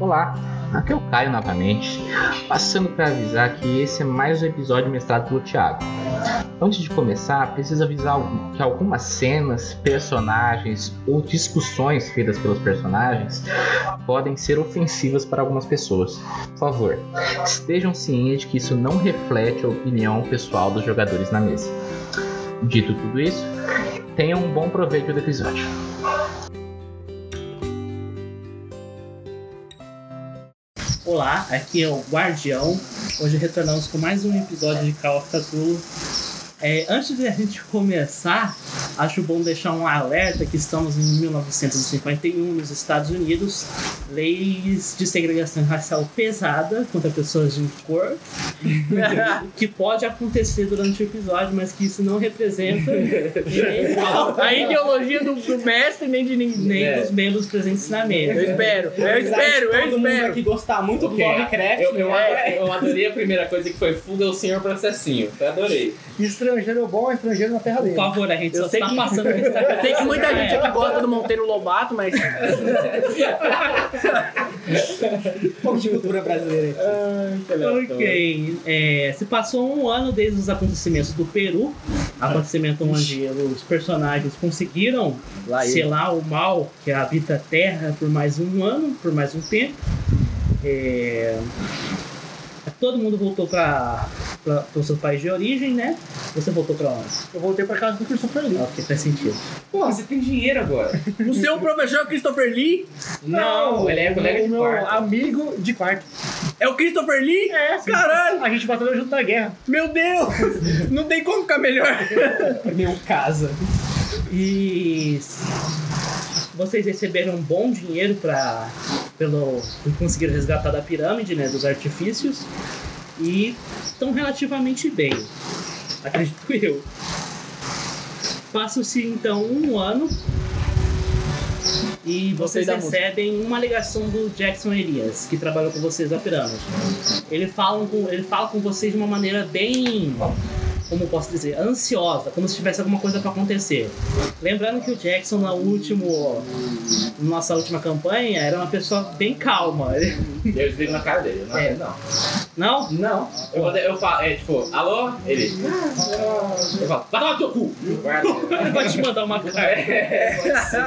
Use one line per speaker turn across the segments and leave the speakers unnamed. Olá, aqui é o Caio novamente, passando para avisar que esse é mais um episódio mestrado pelo Thiago. Antes de começar, preciso avisar que algumas cenas, personagens ou discussões feitas pelos personagens podem ser ofensivas para algumas pessoas. Por favor, estejam cientes de que isso não reflete a opinião pessoal dos jogadores na mesa. Dito tudo isso, tenham um bom proveito do episódio.
Olá, aqui é o Guardião. Hoje retornamos com mais um episódio de Call of Cthulhu. É, antes de a gente começar, acho bom deixar um alerta que estamos em 1951 nos Estados Unidos. Leis de segregação racial pesada contra pessoas de cor, que pode acontecer durante o episódio, mas que isso não representa nem a ideologia do, do mestre nem, de, nin- nem
É.
dos membros presentes na mesa.
Eu espero, eu espero, eu
Todo mundo
espero.
aqui gostar muito do
Ok,
Lovecraft.
Eu, eu,
né?
eu adorei a primeira coisa que foi fuga o senhor processinho. Eu adorei.
Estrangeiro bom é estrangeiro na terra
Por
dele.
favor, a gente
Eu
só
sei
está
que-
passando é o que está
Eu sei que muita gente aqui gosta do Monteiro Lobato, mas
Um pouco de cultura brasileira. aí.
Ok. É, se passou um ano desde os acontecimentos do Peru,
Ah,
acontecimento onde os personagens conseguiram selar o mal que habita a Terra por mais um ano, por mais um tempo. É, todo mundo voltou para o seu país de origem, né? Você voltou para onde?
Eu voltei pra casa do Christopher Lee.
Ok, faz sentido.
Pô, você tem dinheiro agora.
o seu professor Christopher Lee
Não, ele é colega
o
de
meu
quarto.
amigo de quarto.
é o Christopher Lee?
É, sim.
Caralho,
A gente batalhou junto na guerra.
meu Deus! Não tem como ficar melhor.
Meu casa.
E vocês receberam um bom dinheiro para pelo por conseguir resgatar da pirâmide, né, dos artifícios e estão relativamente bem, acredito eu. Passa-se então um ano e vocês
da música.
recebem uma ligação do Jackson Elias, que trabalhou com vocês na pirâmide. Ele fala com, ele fala com vocês de uma maneira bem, como eu posso dizer, ansiosa, como se tivesse alguma coisa para acontecer. Lembrando que o Jackson na último, na nossa última campanha era uma pessoa bem calma. Ele-
E eu desligo na cara dele. Não,
É.
não.
Não?
Não.
Eu, vou- eu falo, é tipo, alô? Ele.
Ah,
Eu falo, vai né? lá no teu cu!
Ele vai te mandar uma carta.
É, pode ser.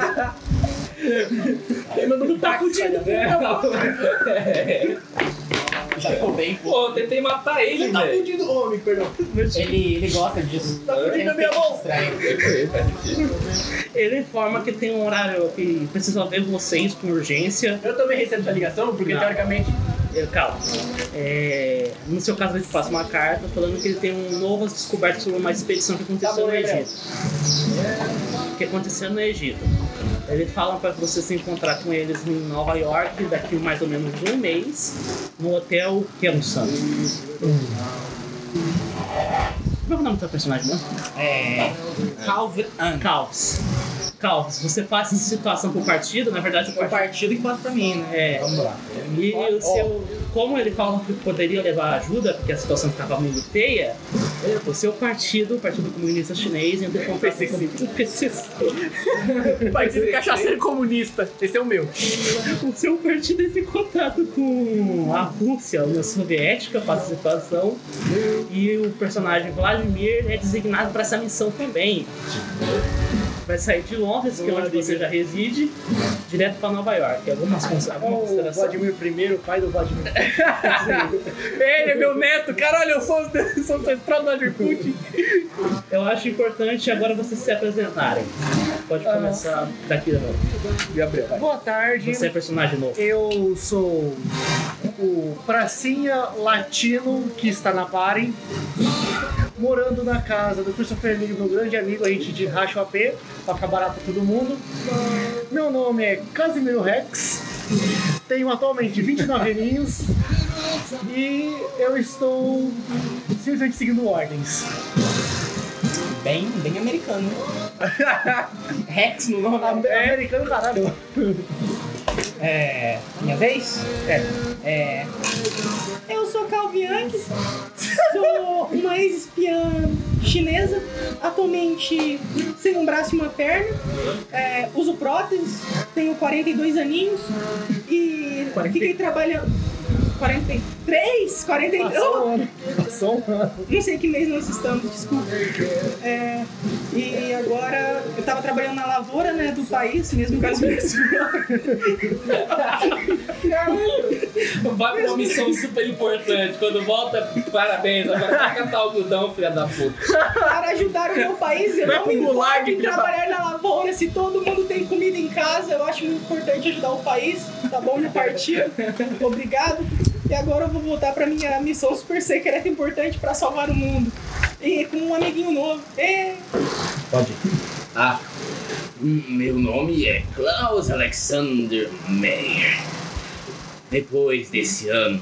Ele mandou um taco de É.
Já ficou bem.
Pô, eu tentei matar ele, velho. É.
fudido, homem, perdão. Ele, ele gosta disso. Tá
fudido
a minha mão. Ele
Ele informa que tem um horário que precisa ver vocês com urgência.
Eu também
tá
recebo essa ligação, porque
Não.
teoricamente.
É, Calma. É, no seu caso, ele te passa uma carta falando que ele tem um novas descobertas sobre uma expedição que aconteceu no Egito. Que aconteceu no Egito. Ele fala para você se encontrar com eles em Nova York daqui mais ou menos um mês, no hotel um Kelsan. Como é o nome do seu personagem, mesmo?
Calvin Ang.
Calves. Calves, você passa essa situação pro partido, na verdade o
É o
partido.
partido que passa pra mim, né?
É,
Vamos lá.
e o seu. Como ele fala que poderia levar ajuda, porque a situação estava muito feia, o seu partido, o Partido Comunista Chinês, entrou em contato com o PCC.
Partido Cachaceiro Comunista. Esse é o meu.
O seu partido entra em contato com a Rússia, a União Soviética, passa a situação, e o personagem Vladimir é designado para essa missão também. Vai sair de Londres, que é onde você já reside, direto para Nova York. Algumas cons- alguma
O
consideração?
Vladimir I, o pai do Vladimir.
Ele é meu neto. Caralho, eu sou sou ancestrado do Vladimir Putin.
Eu acho importante agora vocês se apresentarem. Pode
Ah.
começar daqui da noite.
Boa tarde.
Você é personagem novo.
Eu sou o pracinha latino que está na party. Morando na casa do Christopher Lee, meu grande amigo, a gente de racha o AP, pra ficar barato pra todo mundo. Meu nome é Casimiro Rex, tenho atualmente 29 aninhos e eu estou simplesmente seguindo ordens.
Bem, bem americano. Rex no
É?
nome.
Am- Americano, caralho.
É. Minha vez? É. Eu sou Calviang, sou uma ex-espiã chinesa, atualmente sem um braço e uma perna, é, uso próteses, tenho 42 aninhos e
40.
Fiquei trabalhando. 43? 42?
Passou um ano. Passou um ano.
Oh, Não sei que mês nós estamos, desculpa. É, e agora eu tava trabalhando na lavoura né, do país, mesmo caso
Vai pra uma missão super importante. Quando volta, parabéns. Agora vai catar algodão, filha da puta.
para ajudar o meu país. Eu
Vai
não
pro
me
gulag,
importo em
filho da-
trabalhar na lavoura. Se todo mundo tem comida em casa, eu acho muito importante ajudar o país. Tá bom, meu partido? Obrigado. E agora eu vou voltar pra minha missão super secreta importante pra salvar o mundo. E com um amiguinho novo. E...
Ah, meu nome é Klaus Alexander Meyer. Depois desse ano,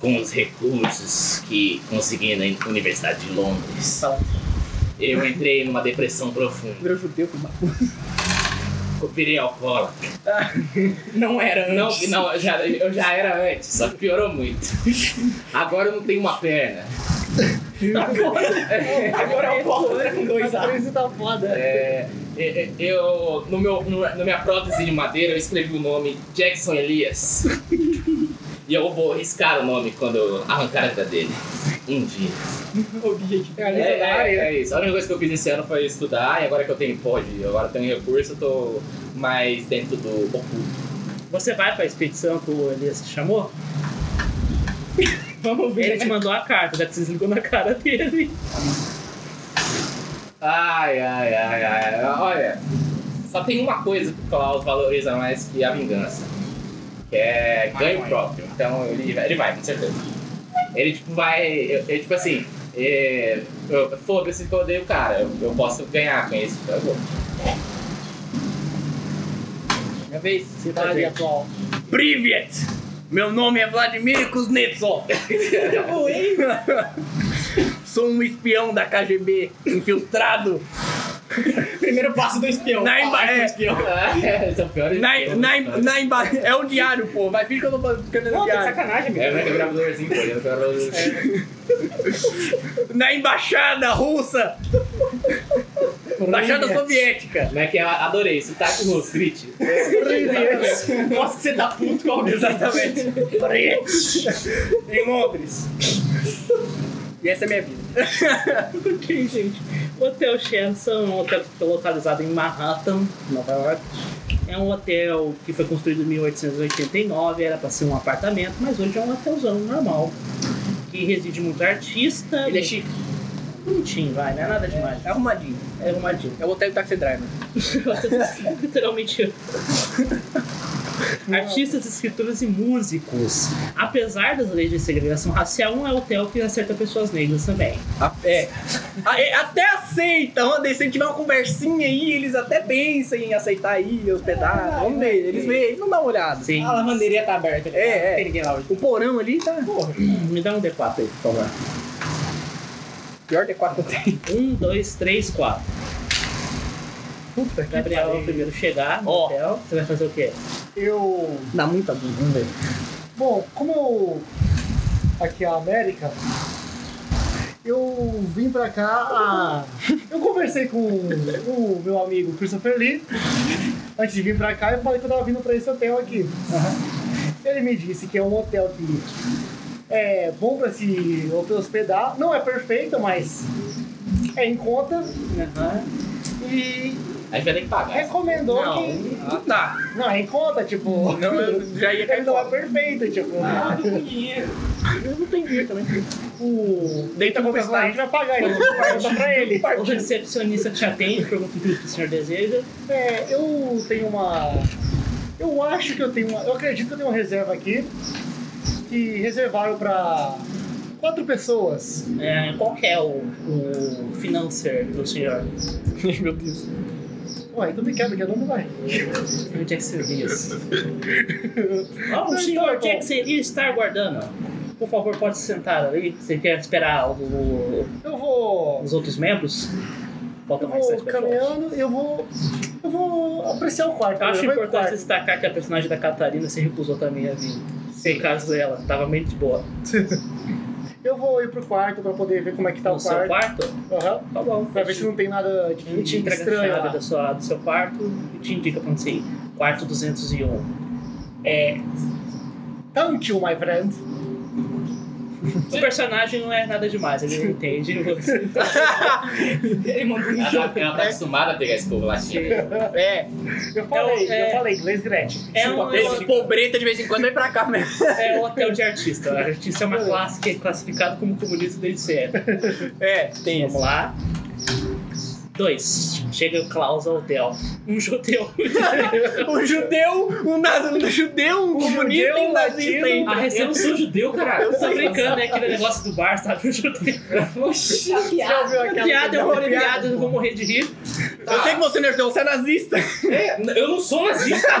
com os recursos que consegui na Universidade de Londres, eu entrei numa depressão profunda.
Tá. Virou judeu, foi mal.
Eu virei alcoólatra.
Ah,
Não era
Não, não eu, já, eu já era antes, só que piorou muito. Agora eu não tenho uma perna.
Agora eu volto com dois
A
A.
crise tá foda.
É, é, eu, no meu, no, na minha prótese de madeira, eu escrevi o nome Jackson Elias. e eu vou riscar o nome quando eu arrancar a vida dele. Um dia.
É,
É, é, é isso. A única coisa que eu fiz esse ano foi estudar, e agora que eu tenho pod, agora eu tenho recurso, eu tô mais dentro do oculto.
Você vai pra expedição que o Elias te chamou? Vamos né? ver. Ele te mandou a carta, já que você desligou na cara dele.
Ai, ai, ai, ai. Olha, só tem uma coisa que o Klaus valoriza mais que a vingança. Que é ganho próprio. Então ele, vai- ele vai, com certeza. Ele tipo vai. eu- Ele tipo assim. É, eu- Foda-se que eu odeio o cara. Eu, eu posso ganhar com isso. tá Eu vou. Minha vez. tá
Cidade atual.
Privet! Meu nome é Vladimir Kuznetsov. Sou um espião da KGB infiltrado
Primeiro passo do espião.
na, emba
Ah,
é,
Esse é o pior
na,
exemplo.
na, na emba É o diário, pô. Vai vir que eu tô ficando
Pô,
no
tá de
diário.
sacanagem,
É,
velho.
vai quebrar o valorzinho, pô. Eu quero valorzinho.
Na embaixada russa. Embaixada soviética.
Como é que é? Adorei. Sotaque no street.
Nossa, você tá puto com alguém.
Exatamente. em Londres. E essa é minha vida.
Ok, gente. O Hotel Sheraton é um hotel que fica localizado em Manhattan, Nova York. É um hotel que foi construído em 1889, era para ser um apartamento, mas hoje é um hotelzão normal. Que reside muito artista.
Ele é chique.
bonitinho, vai, não é nada demais.
É arrumadinho.
É arrumadinho.
É o hotel do Taxi Driver.
Literalmente. Artistas, escritores e músicos. Apesar das leis de segregação racial, não é hotel que acerta pessoas negras também.
A- é. A- é, até aceitam, Anderson. Se tiver uma conversinha aí, eles até pensam em aceitar aí, hospedar. Vamos ver. Eles veem, eles não dão uma olhada.
Sim.
A lavanderia tá aberta. ali.
É, é.
Não tem ninguém lá hoje.
O porão ali tá.
Me dá um D4 aí, por favor.
Pior D4 que é eu tenho.
Um, dois, três, quatro.
Puta que
Gabriel é o
pariu.
primeiro a chegar no
Ó.
hotel. Você vai fazer o quê?
Eu.
Dá muita dúvida, vamos ver.
Bom, como eu. Aqui é a América. Eu vim pra cá. a- Eu conversei com o meu amigo Christopher Lee antes de vir pra cá. Eu falei que eu tava vindo pra esse hotel aqui. Ele me disse que é um hotel que é bom pra se hospedar. Não é perfeito, mas é em conta. né? E
A gente vai ter que pagar.
recomendou que.
Ah, tá.
Não, é em conta, tipo.
Não, eu já ia
Ele
cair
não é
fora.
perfeito, tipo.
Eu não tenho dinheiro também.
o Tipo, deita com pessoa, a gente vai pagar ele, vai dar pra ele.
O recepcionista te atende, pergunta o que o senhor deseja.
É, eu tenho uma. Eu acho que eu tenho uma. Eu acredito que eu tenho uma reserva aqui. Que reservaram pra quatro pessoas.
É, qual que é o, o financeiro do senhor?
Meu Deus.
Ué, então me quebra, que eu não vai.
O Jackson Elias. Ah, o
Não,
senhor
então,
Jackson Elias está aguardando. Por favor, pode se sentar ali. Você quer esperar o- o-
Eu vou.
os outros membros? Falta
Eu
mais
vou
sete pessoas.
caminhando, eu vou. Eu vou apreciar o quarto.
Eu acho
vou pro
importante
quarto.
destacar que a personagem da Catarina se recusou também a vir. Sem caso dela, tava meio de boa.
Eu vou ir pro quarto pra poder ver como é que tá
no
o
seu
quarto.
quarto,
Aham.
tá bom.
Pra ver se não tem nada de
A gente entrega a
estranho.
chave
lá.
da sua, do seu quarto e te indica pra onde você ir. Quarto 201. É,
Thank you, my friend.
O personagem não é nada demais, ele entende. você.
Ele mandou um
Ela, tá-
jogo.
ela tá acostumada a pegar esse povo latino.
É, eu falei,
é-
eu falei, inglês Gretchen.
É um, é,
Esses
um,
pobreta de vez em quando vem pra cá mesmo.
é um hotel de artista. O artista é uma classe que é classificado como comunista desde sempre.
É, tem
Vamos
isso.
lá. Dois. Chega o Klaus ao hotel. Um judeu.
Um judeu, um, naz... um judeu, um, comunista
judeu,
e um nazista.
latino.
hein?
A recepção é um judeu, cara. Eu tô brincando, né? Aquele negócio do bar, sabe? O judeu.
Oxi, a
Já
piada.
ouviu aquela
Piada, eu falei
piada?
piada, eu vou morrer de rir.
Eu sei que você não é judeu, você é nazista.
É, eu não sou
assim,
nazista.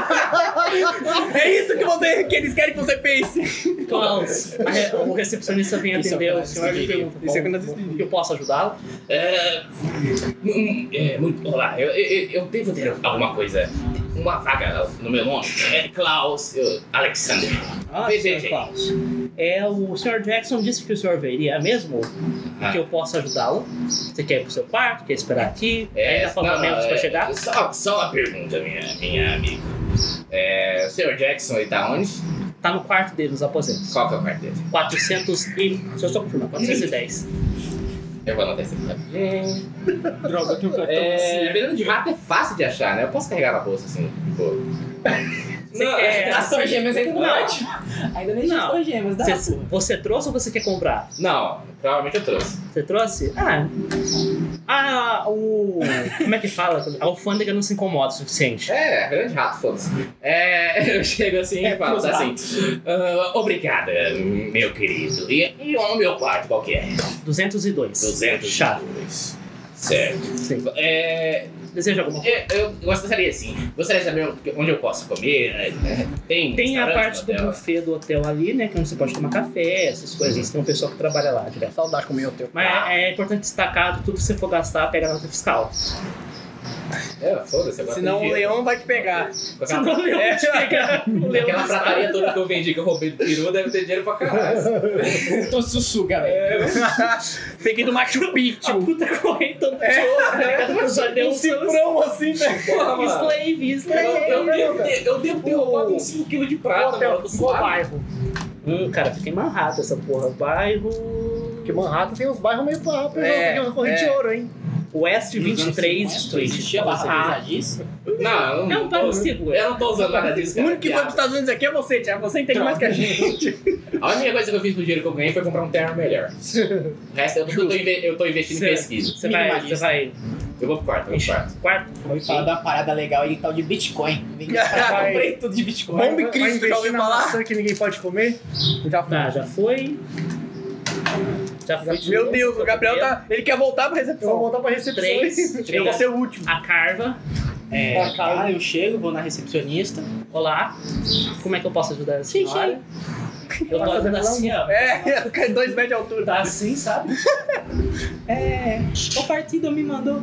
É isso que, você, que eles querem que você pense.
Klaus, a re- o recepcionista vem
Isso é
atender
o
o senhor e pergunta:
Isso é o que nós
"Bom, Eu posso ajudá-lo?
É, hum, é, muito, olá, eu, eu, eu devo ter alguma coisa. Uma vaga no meu nome é Klaus eu, Alexander.
Ah,
Veja,
senhor
gente.
Klaus. É, o senhor Jackson disse que o senhor veria mesmo?
Ah.
Que eu posso ajudá-lo? Você quer ir pro seu quarto? Quer esperar aqui? Ainda falta
não,
membros
é,
pra chegar?
Só, só uma pergunta, minha, minha amiga. É, o senhor Jackson, ele tá onde?
Tá no quarto dele, nos aposentos.
Qual que é o quarto dele?
400 e. Deixa eu só confirmar: 410.
Eu vou anotar isso aqui. rapidinho.
Droga, eu tenho um cartão assim, né?
É, veneno de rato é fácil de achar, né? Eu posso carregar na bolsa assim, de boa.
Não, é assim. quer-
Tá
as
suas gêmeas
é
ainda
não.
Ainda nem tinha
Não.
suas gemas, dá
Você, você trouxe ou você quer comprar?
Não, provavelmente eu trouxe.
Você trouxe? Ah. Ah, o. Como é que fala? A alfândega não se incomoda o suficiente.
É, grande rato, foda-se. É, eu chego assim e falo
pros
assim: "Ah, Obrigada, meu querido. E, e o meu quarto é? qualquer?
202.
200
Chá.
chaves. Certo.
Sim.
É,
Deseja alguma coisa?
eu, eu gostaria assim: gostaria de saber onde eu posso comer. né? Tem,
Tem a
restaurante
parte
no
do
hotel?
buffet do hotel ali, né? Que onde você pode tomar café, essas coisas. Tem um pessoal que trabalha lá direto.
Saudade com o meu teu.
Mas é, é importante destacar que tudo que você for gastar, pega a nota fiscal.
É, foda-se. agora
Senão
tem
o
dinheiro.
leão vai te pegar.
Com aquela-
Senão o leão
É.
te pega. O leão
Aquela
te
prataria toda que eu vendi, que eu roubei do peru, deve ter dinheiro pra caralho.
Tô sussu, galera. Peguei do Machu
A
Picchu.
puta correndo no
É.
choro, né? Cada pessoa deu um
cifrão assim, né?
Porra, mano.
Slave,
Eu,
slave.
eu, devo ter- eu devo ter roubado uns 5kg de prata, mano.
Hotel
Eu tô
do
suado.
bairro.
Hum, cara, fica em Manhattan essa porra. Bairro.
Porque Manhattan tem uns bairros meio pra
É,
pegar uma corrente de
é.
ouro, hein?
West
Nos anos
23
50,
Street. Ah,
Existia barra paisagista?
Não, eu
É um
não, tô
bairro
usando.
seguro.
Eu não tô usando nada disso,
O
cara.
único que foi pros
piada.
Estados Unidos aqui é você, Tiago. Você entende mais que a gente.
A única coisa que eu fiz com o dinheiro que eu ganhei foi comprar um terno melhor. O resto eu tô, eu tô inve- eu tô investindo em
Certo.
pesquisa.
Você vai, você vai.
Eu vou pro quarto, eu vou pro quarto.
Quarto?
Vou falar da parada legal aí, tal de Bitcoin. Vem
Vai.
cá, comprei tudo de Bitcoin.
Bombe
Vai
Cristo,
investir
já ouviu
na
falar?
maçã que ninguém pode comer?
Já foi.
Tá, já foi. Já foi. de
Meu
novo,
Deus, o Gabriel tá. Ele quer voltar pra
Eu vou
recepção.
voltar tá pra recepção.
Três.
Eu vou ser o último.
A carva.
É, cara, eu chego, vou na recepcionista.
Olá. Como é que eu posso ajudar a senhora? Eu tô
Passa
ajudando
revelão?
assim, ó.
É, cai dois metros de altura.
Tá assim, sabe?
É, o partido me mandou.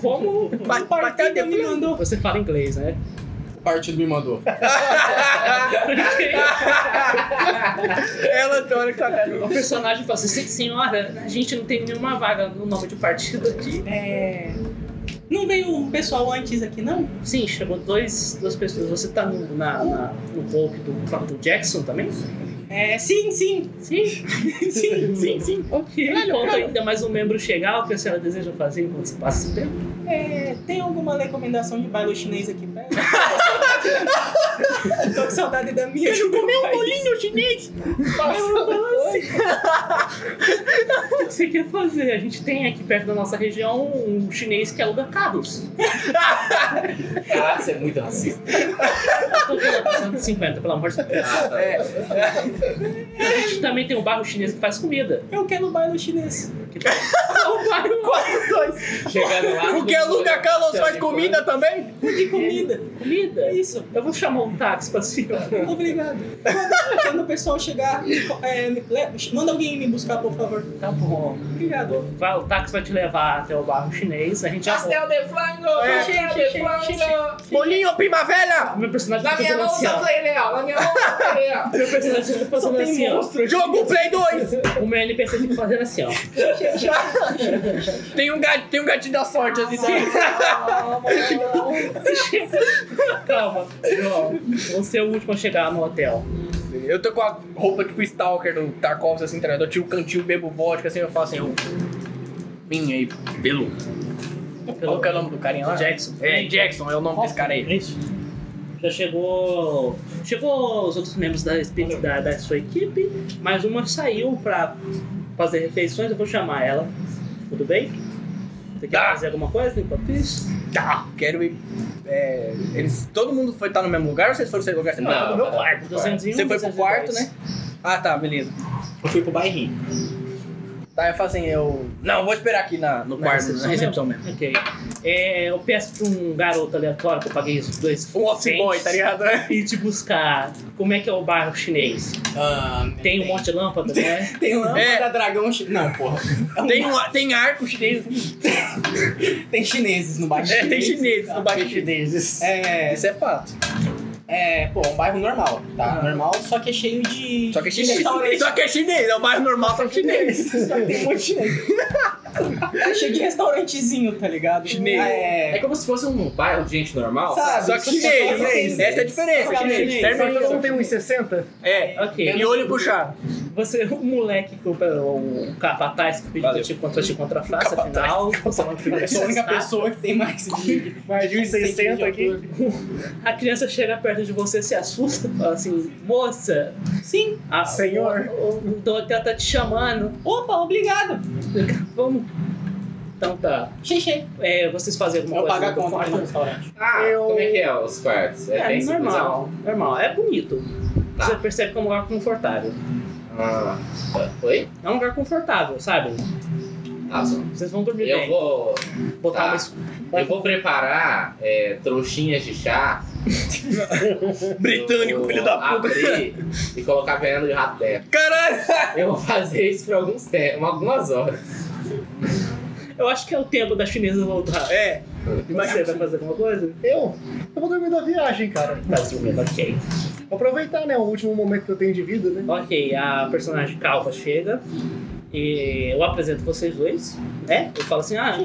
Como?
Ba-
O
bacana
partido me
de-
mandou.
Você fala inglês, né?
O partido me mandou.
Ela tem hora que tá velha.
O personagem fala assim, "Sim, senhora, a gente não tem nenhuma vaga no nome de partido aqui.
É. Não veio um pessoal antes aqui, não?
Sim, chegou dois, duas pessoas. Você tá no, na, na- no golpe do, do Jackson também?
É, sim, sim.
Sim, sim, sim, sim. Ok. Enquanto ainda mais um membro chegar, o que a senhora deseja fazer enquanto se passa esse tempo?
É, tem alguma recomendação de bairro chinês aqui perto? Tô com saudade da minha. Eu comi um bolinho.
O que você quer fazer? A gente tem aqui perto da nossa região um chinês que aluga carros.
Caralho, você é muito racista.
Eu tô falando 150, pelo amor de Deus.
Ah, tá.
A gente também tem um bairro chinês que faz comida.
Eu quero um bairro chinês.
O bairro
Quase dois.
Chegando lá.
Porque aluga Carlos faz comida também?
De comida.
comida?
É isso.
Eu vou chamar um táxi pra senhora.
Obrigado. Quando, quando o pessoal chegar, é, me- le- manda alguém me buscar, por favor.
Tá bom.
Obrigado.
Vai, o táxi vai te levar até o bairro chinês, a gente já volta.
Pastel de flango!
É.
Pastel de flango!
Bolinho primavera!
Meu personagem
Na
tá
minha
fazendo
mão
assim,
só
ó.
tem leão! Na minha mão só tem leão!
Meu personagem tá fazendo assim, ó.
Jogo Play 2!
O meu NPC fica fazendo assim, ó.
Tem um, gato, tem um gatinho da sorte assim, sabe?
Calma, João. Você é o último a chegar no hotel.
Eu tô com a roupa tipo Stalker do Tarkovsky, assim, tá ligado? Eu tiro o cantinho, bebo vodka, assim, eu falo assim, eu... Minha aí, Belo. Qual que é o nome do carinha lá?
Jackson.
É, Jackson, é o
um
nome desse cara aí.
Isso. Já chegou. Chegou os outros membros da, espe- da, da sua equipe, mas uma saiu pra fazer refeições, eu vou chamar ela. Tudo bem? Você quer
Tá.
fazer alguma coisa enquanto isso?
Tá, quero ir... É, eles, todo mundo foi estar no mesmo lugar ou vocês foram no lugar?
Não,
Ah,
no meu
tá.
quarto.
201,
Você foi pro quarto, né? Ah, tá, beleza.
Eu fui pro bairrinho.
Tá, eu falo assim, eu... Não, eu vou esperar aqui na, no
Na
quarto, né?
recepção
na recepção mesmo.
Ok. É, eu peço pra um garoto aleatório que eu paguei os dois.
Um office boy,
cents
tá ligado?
E te buscar como é que é o bairro chinês. Tem um monte de lâmpada, né?
Tem lâmpada,
Ah, É.
dragão... chi- Não, porra.
Tem, um, tem arco chinês. assim.
Tem chineses no bairro
É, tem
chinês.
chineses no bairro chineses.
É,
Isso é fato.
é, pô, um bairro normal, tá? Normal, só que é cheio de...
Ah. Só que é
de
chinês.
restaurante.
Só que é chinês, é o bairro normal, só que é chinês.
Só que tem um monte de chinês. tá cheio de restaurantezinho, tá ligado?
Chinês.
É,
É como se fosse um bairro de gente normal.
sabe?
Só que chinês.
chinês.
Essa é a diferença,
Só que
chinês.
chinês.
Só
Serve
que
então,
não tem 1,60?
É.
Ok.
E olho puxado.
Você, o um moleque, que o, o capataz que pediu pra te contra te contrafaça, afinal. Você não
Eu sou a
tá?
única pessoa que tem mais de...
Mais de 1,60 aqui.
A criança chega perto de você, se assusta, fala assim: moça. Sim. A,
Senhor.
O, o, o hotel tá te chamando.
Opa, obrigado.
Vamos. Então tá.
Xixi.
É, vocês fazem alguma
Eu
coisa?
pago a
com
conta no
fome?
restaurante.
Ah,
Eu-
como é que é os quartos?
É,
bem
normal, normal. É bonito.
Tá.
Você percebe que é um lugar confortável.
simplesão? Ah, oi?
É um lugar confortável, sabe?
Ah, só.
Vocês vão dormir
eu
bem.
vou.
Botar
tá.
uma es-
Eu vou preparar é, trouxinhas de chá. Eu
Britânico,
vou
filho da puta.
Abrir e colocar veneno de rato dentro.
Caralho.
Eu vou fazer isso por alguns tempos, algumas horas.
Eu acho que é o tempo da chinesa voltar.
É.
Você vai fazer alguma coisa?
Eu? Eu vou dormir da viagem, cara.
Tá dormindo, ok.
Vou aproveitar, né? O último momento que eu tenho de vida, né?
Ok, a personagem calva chega e eu apresento vocês dois, né? Eu falo assim, ah,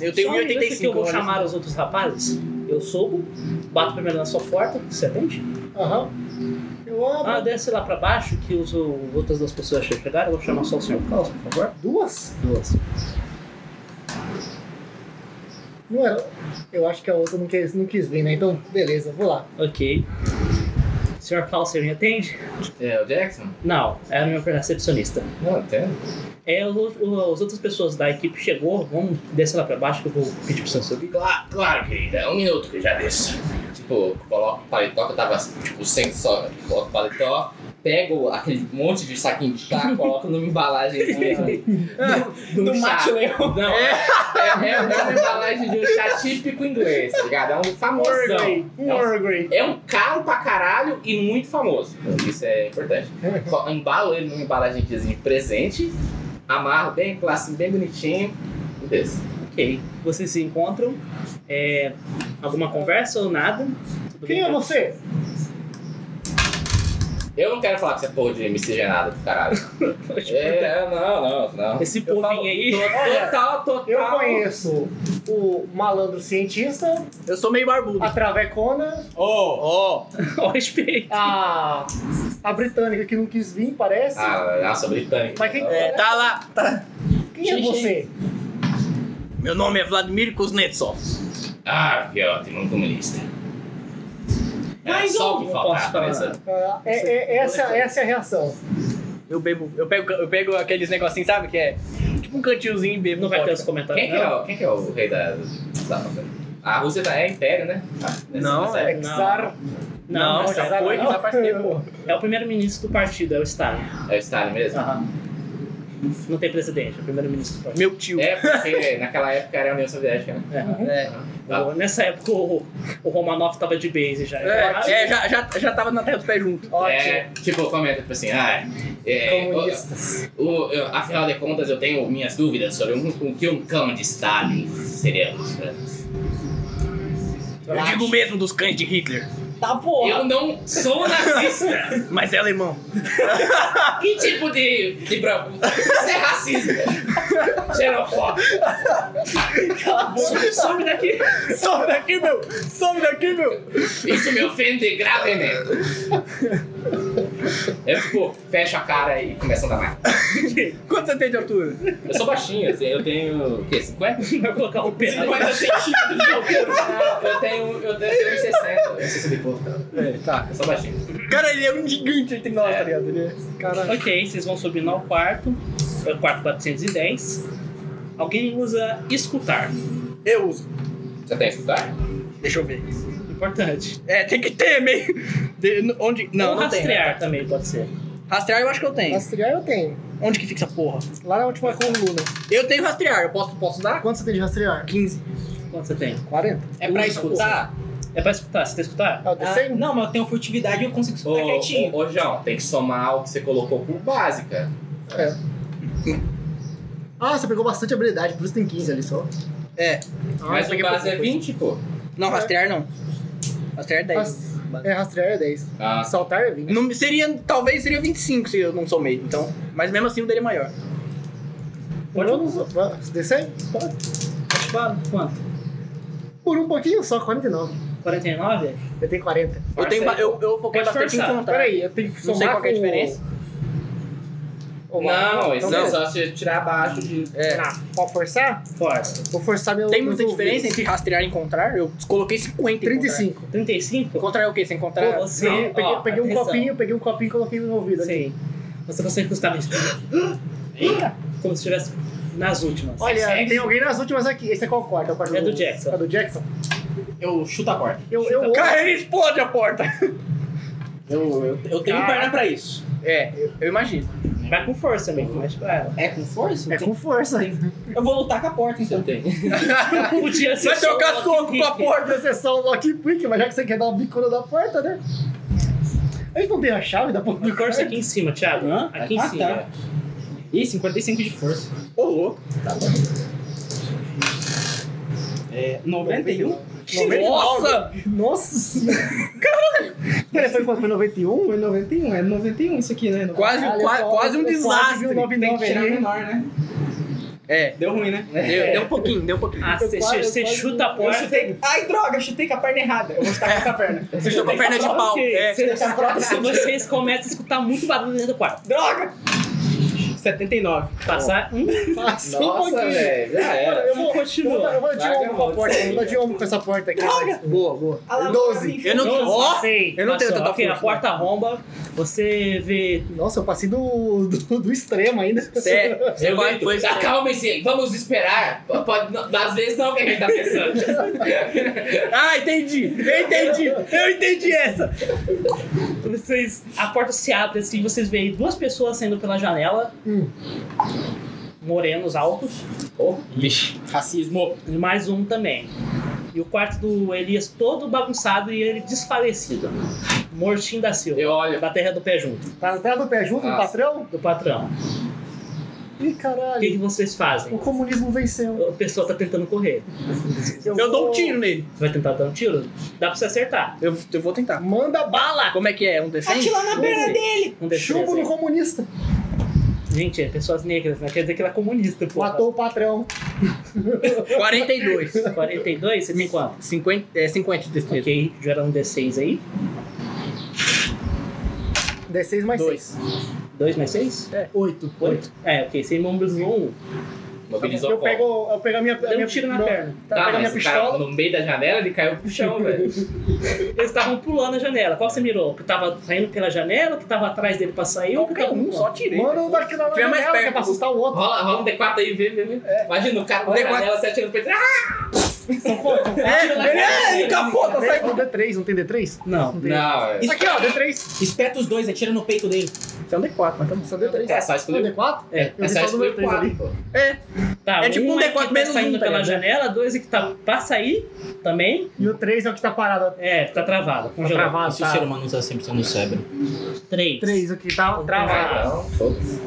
Eu tenho
só um minuto que
1,85
eu vou
olhos.
chamar os outros rapazes. Eu subo, bato primeiro na sua porta, você atende?
Aham. Eu abro
Ah, desce lá pra baixo que os o- outras duas pessoas já chegaram. Eu vou chamar só o senhor Klaus, por favor.
duas?
Duas.
Não era. Eu acho que a outra não quis, não quis vir, né? Então, beleza, vou lá.
Ok. Senhor Klaus, você me atende?
É, o Jackson?
Não, era meu recepcionista.
Não, até.
É, o, o- as outras pessoas da equipe chegou, vamos descer lá pra baixo que eu vou pedir pro senhor subir.
Claro, claro, querida. É um minuto que eu já desço. Tipo, coloco o paletó, que eu tava tipo, sem só. Coloco o paletó, pego aquele monte de saquinho de chá, coloco numa embalagem de um,
Do Mate
chá.
Leão.
Não, é, é, é uma embalagem de um chá típico inglês, tá ligado? É um famosão.
Orgrey. Um
É um
Orgrey.
É um caro pra caralho e muito famoso. Isso é importante. Co- Embalo ele numa embalagem de presente, amarro bem clássico, bem bonitinho. e desço.
Ok. Vocês se encontram? É, alguma conversa ou nada? Tudo
Quem
bem?
é você?
Eu não quero falar que você é porra de miscigenado do caralho. é, não, não, não.
Esse
Eu falo-
povinho aí.
Tô- Total,
Eu
total.
conheço o malandro cientista,
Eu sou meio barbudo.
a travecona,
Ô,
Ó.
Ó, respeito.
a. a britânica que não quis vir, parece.
Ah, nossa, britânico.
Mas quem-
É, tá lá. Tá.
Quem é você?
Meu nome é Vladimir Kuznetsov.
Ah, que ótimo, um comunista. Era
Mas
só
eu
o que
não
faltava,
posso falar
né, sabe?
Ah, é- é- essa, essa é a reação.
Eu bebo, eu pego, eu pego aqueles negocinhos, sabe? Que é tipo um cantilzinho e bebo.
Não vai ter
vodka.
os comentários.
Quem que, é o, quem que é o rei da... da a Rússia tá, é império, né?
Não,
Nessa-
é-
É
Não.
Czar.
Não,
Não,
não,
já
já
foi,
não.
já faz tempo.
É o primeiro-ministro do partido, é o Stalin.
É o Stalin mesmo?
Não tem presidente, é o primeiro-ministro do partido.
Meu tio.
É, porque naquela época era a União Soviética, né?
É.
É.
Tá.
O- Nessa época o, o Romanov tava de base já.
É, é, já, já, já tava na terra dos pés junto.
É, tipo, comenta, tipo assim, ah, é,
Comunistas.
o- o- eu- afinal de contas eu tenho minhas dúvidas sobre um- o que um cão de Stalin seria. né?
Eu digo mesmo dos cães de Hitler.
Tá porra.
Eu não sou nazista.
Mas é alemão.
que tipo de, de branco? Isso é racismo. Xenofóbico.
Some daqui.
Some daqui, meu! Some daqui, meu!
Isso me ofende gravemente. Eu, tipo, fecho a cara e começo a andar mais.
Quanto você tem de altura?
Eu sou baixinho, assim, eu tenho. O quê? 50?
Vai colocar o pé.
50 centímetros de altura. Eu tenho. Eu tenho 60. 60 e pouco.
É, tá.
Eu sou baixinho.
Cara, ele é um gigante, ele tem nove,
É.
tá ligado? Ele é... Caralho.
Ok, vocês vão subindo ao quarto. É o quarto 410. Alguém usa escutar.
Eu uso.
Você tem que escutar?
Deixa eu ver.
Importante.
É, tem que ter, meio. De- onde. Não,
Ou
não tem.
rastrear também pode ser.
Rastrear eu acho que eu tenho.
Rastrear eu tenho.
Onde que fica essa porra?
Lá na última coluna.
Eu tenho rastrear, eu posso, posso dar?
Quanto você tem de rastrear?
15.
Quanto você tem?
40.
É pra escutar?
É pra escutar. Você quer escutar?
É o
Ah,
D100?
não, mas eu tenho furtividade e eu consigo
Ô,
escutar quietinho.
ô, ô, João, tem que somar o que você colocou por básica.
Ah, você pegou bastante habilidade, por isso tem 15 ali só.
É.
Ah,
Mas
eu
o
peguei
base é
pouca coisa.
20, pô.
Não, rastrear não. Rastrear é 10.
Ras- É, rastrear é 10.
Ah,
Saltar é 20.
Não, seria, talvez seria 25 se eu não sou meio, então. Mas mesmo assim o dele é maior.
Por eu não sou. Ah, D100? Pode.
Claro. Quanto?
Por um pouquinho só, 49.
49?
Eu tenho 40.
Eu, tenho, ba-
Força aí.
eu, eu foquei
Pode
bastante
forçar.
em contar.
Peraí, eu tenho que
tá? Não
somar
sei qual que é a
com o-
diferença.
o-
Não, isso
Então, Ah,
é só se tirar abaixo de.
É.
Pode forçar?
Força.
Vou forçar meu.
Tem
meus
muita diferença
ouvidos.
entre rastrear e encontrar? Eu coloquei 50 em
35.
35?
encontrar. Encontrar é o quê? Sem encontrar?
Pô,
Sim,
Não,
peguei,
ó,
peguei um
atenção.
copinho, peguei um copinho e coloquei no ouvido aqui.
Sim. Você consegue escutar mesmo. Como se estivesse nas últimas.
Olha,
Segue.
tem um alguém nas últimas aqui. Esse é qual quarto? É, o quarto
É do Jackson.
É do Jackson?
Eu chuto a porta.
Eu, eu, ouço-
Cara, ele explode a porta!
Eu, eu,
um
eu tenho
Caraca.
perna pra isso.
É, eu- eu imagino.
Vai com força mesmo, mexe com ela.
É com força?
é com força.
Eu vou lutar com a porta, então.
Você tem.
Podia ser
Vai
só
trocar
um
soco com a
lock-pick.
porta!
Pode ser só o lock pick, mas já que você quer dar uma bicuda da porta, né? A gente não tem a chave da porta do
Uma Força
quarto.
aqui em cima, Thiago.
Hã?
Aqui em
Ah,
cima.
tá. Ih, 55 de força.
Ô, louco!
Tá É, 91?
Nossa!
Nossa senhora. Caralho. Peraí, foi quanto? Foi 91?
Foi 91, é 91 isso aqui, né?
Quase,
Caralho,
qua-
eu só-
quase um
eu só vi
desastre!
o 99
Tem que tirar
ali, hein?
menor, né?
É,
Deu ruim, né?
deu, deu um pouquinho, deu um pouquinho.
Ah, você
quase-
você
eu quase- um
chuta a
Eu
porta.
chutei. Ai, droga, eu chutei com a perna errada. Eu vou chutar com essa perna. tá
Você chutou com a perna de pau.
Ok,
É.
cê- Vocês começam a escutar muito barulho dentro do quarto.
Droga! 79.
Passar um.
Passa um
Nossa,
pouquinho.
velho, já era.
Eu vou, eu vou,
Continua.
eu vou de
Larga
ombro com a
a mão,
porta. Eu
isso
vou
aí.
dar de ombro com essa porta aqui.
Boa, boa.
A alavanca
12.
me
Eu não tenho.
enfiou.
Ó!
um, Passei.
eu não tenho
Passou.
tanta
Ok, a
força,
porta arromba. Você vê.
Nossa, eu passei do, do, do extremo ainda.
Cê- cê
Eu
vai-
vai,
foi-
Acalme-se, vamos esperar. P- Pode, não, às vezes não é o que a gente tá pensando.
Ah, entendi! Eu entendi! Eu entendi É. essa!
Vocês. A porta se abre assim, vocês veem duas pessoas saindo pela janela.
Hum.
Morenos altos.
Vixe.
Racismo.
E mais um também. E o quarto do Elias todo bagunçado e ele desfalecido. Mortinho da Silva.
Eu olho.
Da terra do pé junto,
Tá na tela do pé junto, do
Nossa.
patrão?
do patrão.
Ih,
O que, que
caralho.
vocês fazem?
O comunismo venceu.
O pessoal tá tentando correr.
Eu dou um
vou-
tiro nele.
Você vai tentar dar um tiro? Dá pra você acertar.
Eu, eu vou tentar.
Manda bala!
Como é que é? Um decente?
Atila na perna dele.
Um desses
Chumbo no
três aí.
comunista.
Gente, é pessoas negras, né? Quer dizer que ela é comunista, pô.
Matou o patrão.
42.
42, você tem quanto?
50, é 50 de destreza.
Ok, joga um D6 aí.
16 mais
Dois.
6.
2 mais 6?
É, Tá, 8.
8. É, ok, você imobilizou um.
Mobilizou
Eu
o copo.
pego, eu pego a minha. a
Deu um
minha-
tiro na
meu-
perna.
Tá,
Tá,
pega a minha
mas o cara,
pistola.
no meio da janela ele caiu pro chão, velho.
Eles estavam pulando a janela. Qual você mirou? O que tava saindo pela janela, o que tava atrás dele pra sair? ou o que
Qualquer
tava
um, só tirei.
Manda um daqui na
Tiver mais
janela, que é
perto.
pra assustar o outro.
Rola, rola um D4 aí, vê, vê, vê.
É.
Imagina o cara
Um
na
D4.
janela, você atirando pra ele. Ah!
É, ele, é, ele capota, sai
Tem um D3, não tem D3?
Não.
Não, é. velho.
Aqui, ó, D3.
Espeta os dois, atira no peito dele.
Isso é um D4, mas tá bom.
Só D3.
É só escolher
um D4?
É.
Eu vi só
só
do meu
escolher
três ali.
quatro, pô.
Tá,
É tipo um
é
D4
que tá
menos um,
saindo
tá
pela
ligado?
janela, dois é que tá pra sair também.
E o 3 é o que tá parado.
É, tá travado.
Tá
Congelado.
travado,
Se o ser
tá.
humano usa 100% do cérebro.
3.
3, o que tá travado.
Ah, então, foda-se.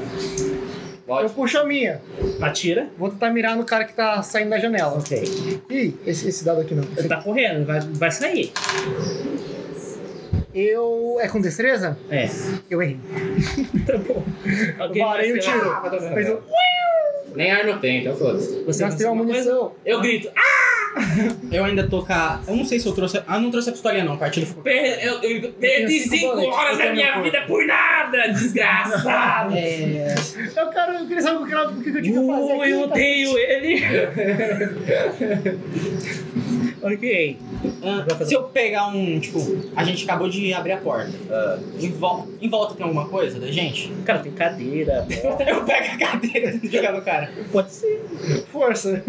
Eu puxo a minha.
Atira.
Vou tentar mirar no cara que tá saindo da janela.
Ok.
Ih, esse, esse dado aqui não.
Você tá correndo, vai, vai sair.
Eu. É com destreza?
É.
Eu errei.
Tá bom. Alguém
Varei
vai
o
ser
tiro.
Ah,
um
lá.
Mas eu
Nem arma eu tenho, então foda-se.
Você
gastei
gastou
uma
uma coisa?
munição.
Eu grito. Ah,
Eu ainda tô com a... Eu não sei se eu trouxe... Ah, não trouxe a pistolinha não, partido ficou...
per- eu, eu perdi
cinco
5
boletos,
horas
eu
da
tenho
minha
meu
vida por nada, desgraçado.
É...
Eu quero. Eu queria saber o que, o que eu tinha que fazer.
Uh,
aqui,
eu
tá?
odeio ele. ok.
Ah, se eu pegar um, tipo, a gente acabou de abrir a porta.
Ah.
Em, vol- em volta tem alguma coisa da gente?
Cara, tem cadeira. né?
Eu pego a cadeira e jogar no cara.
Pode ser.
Força.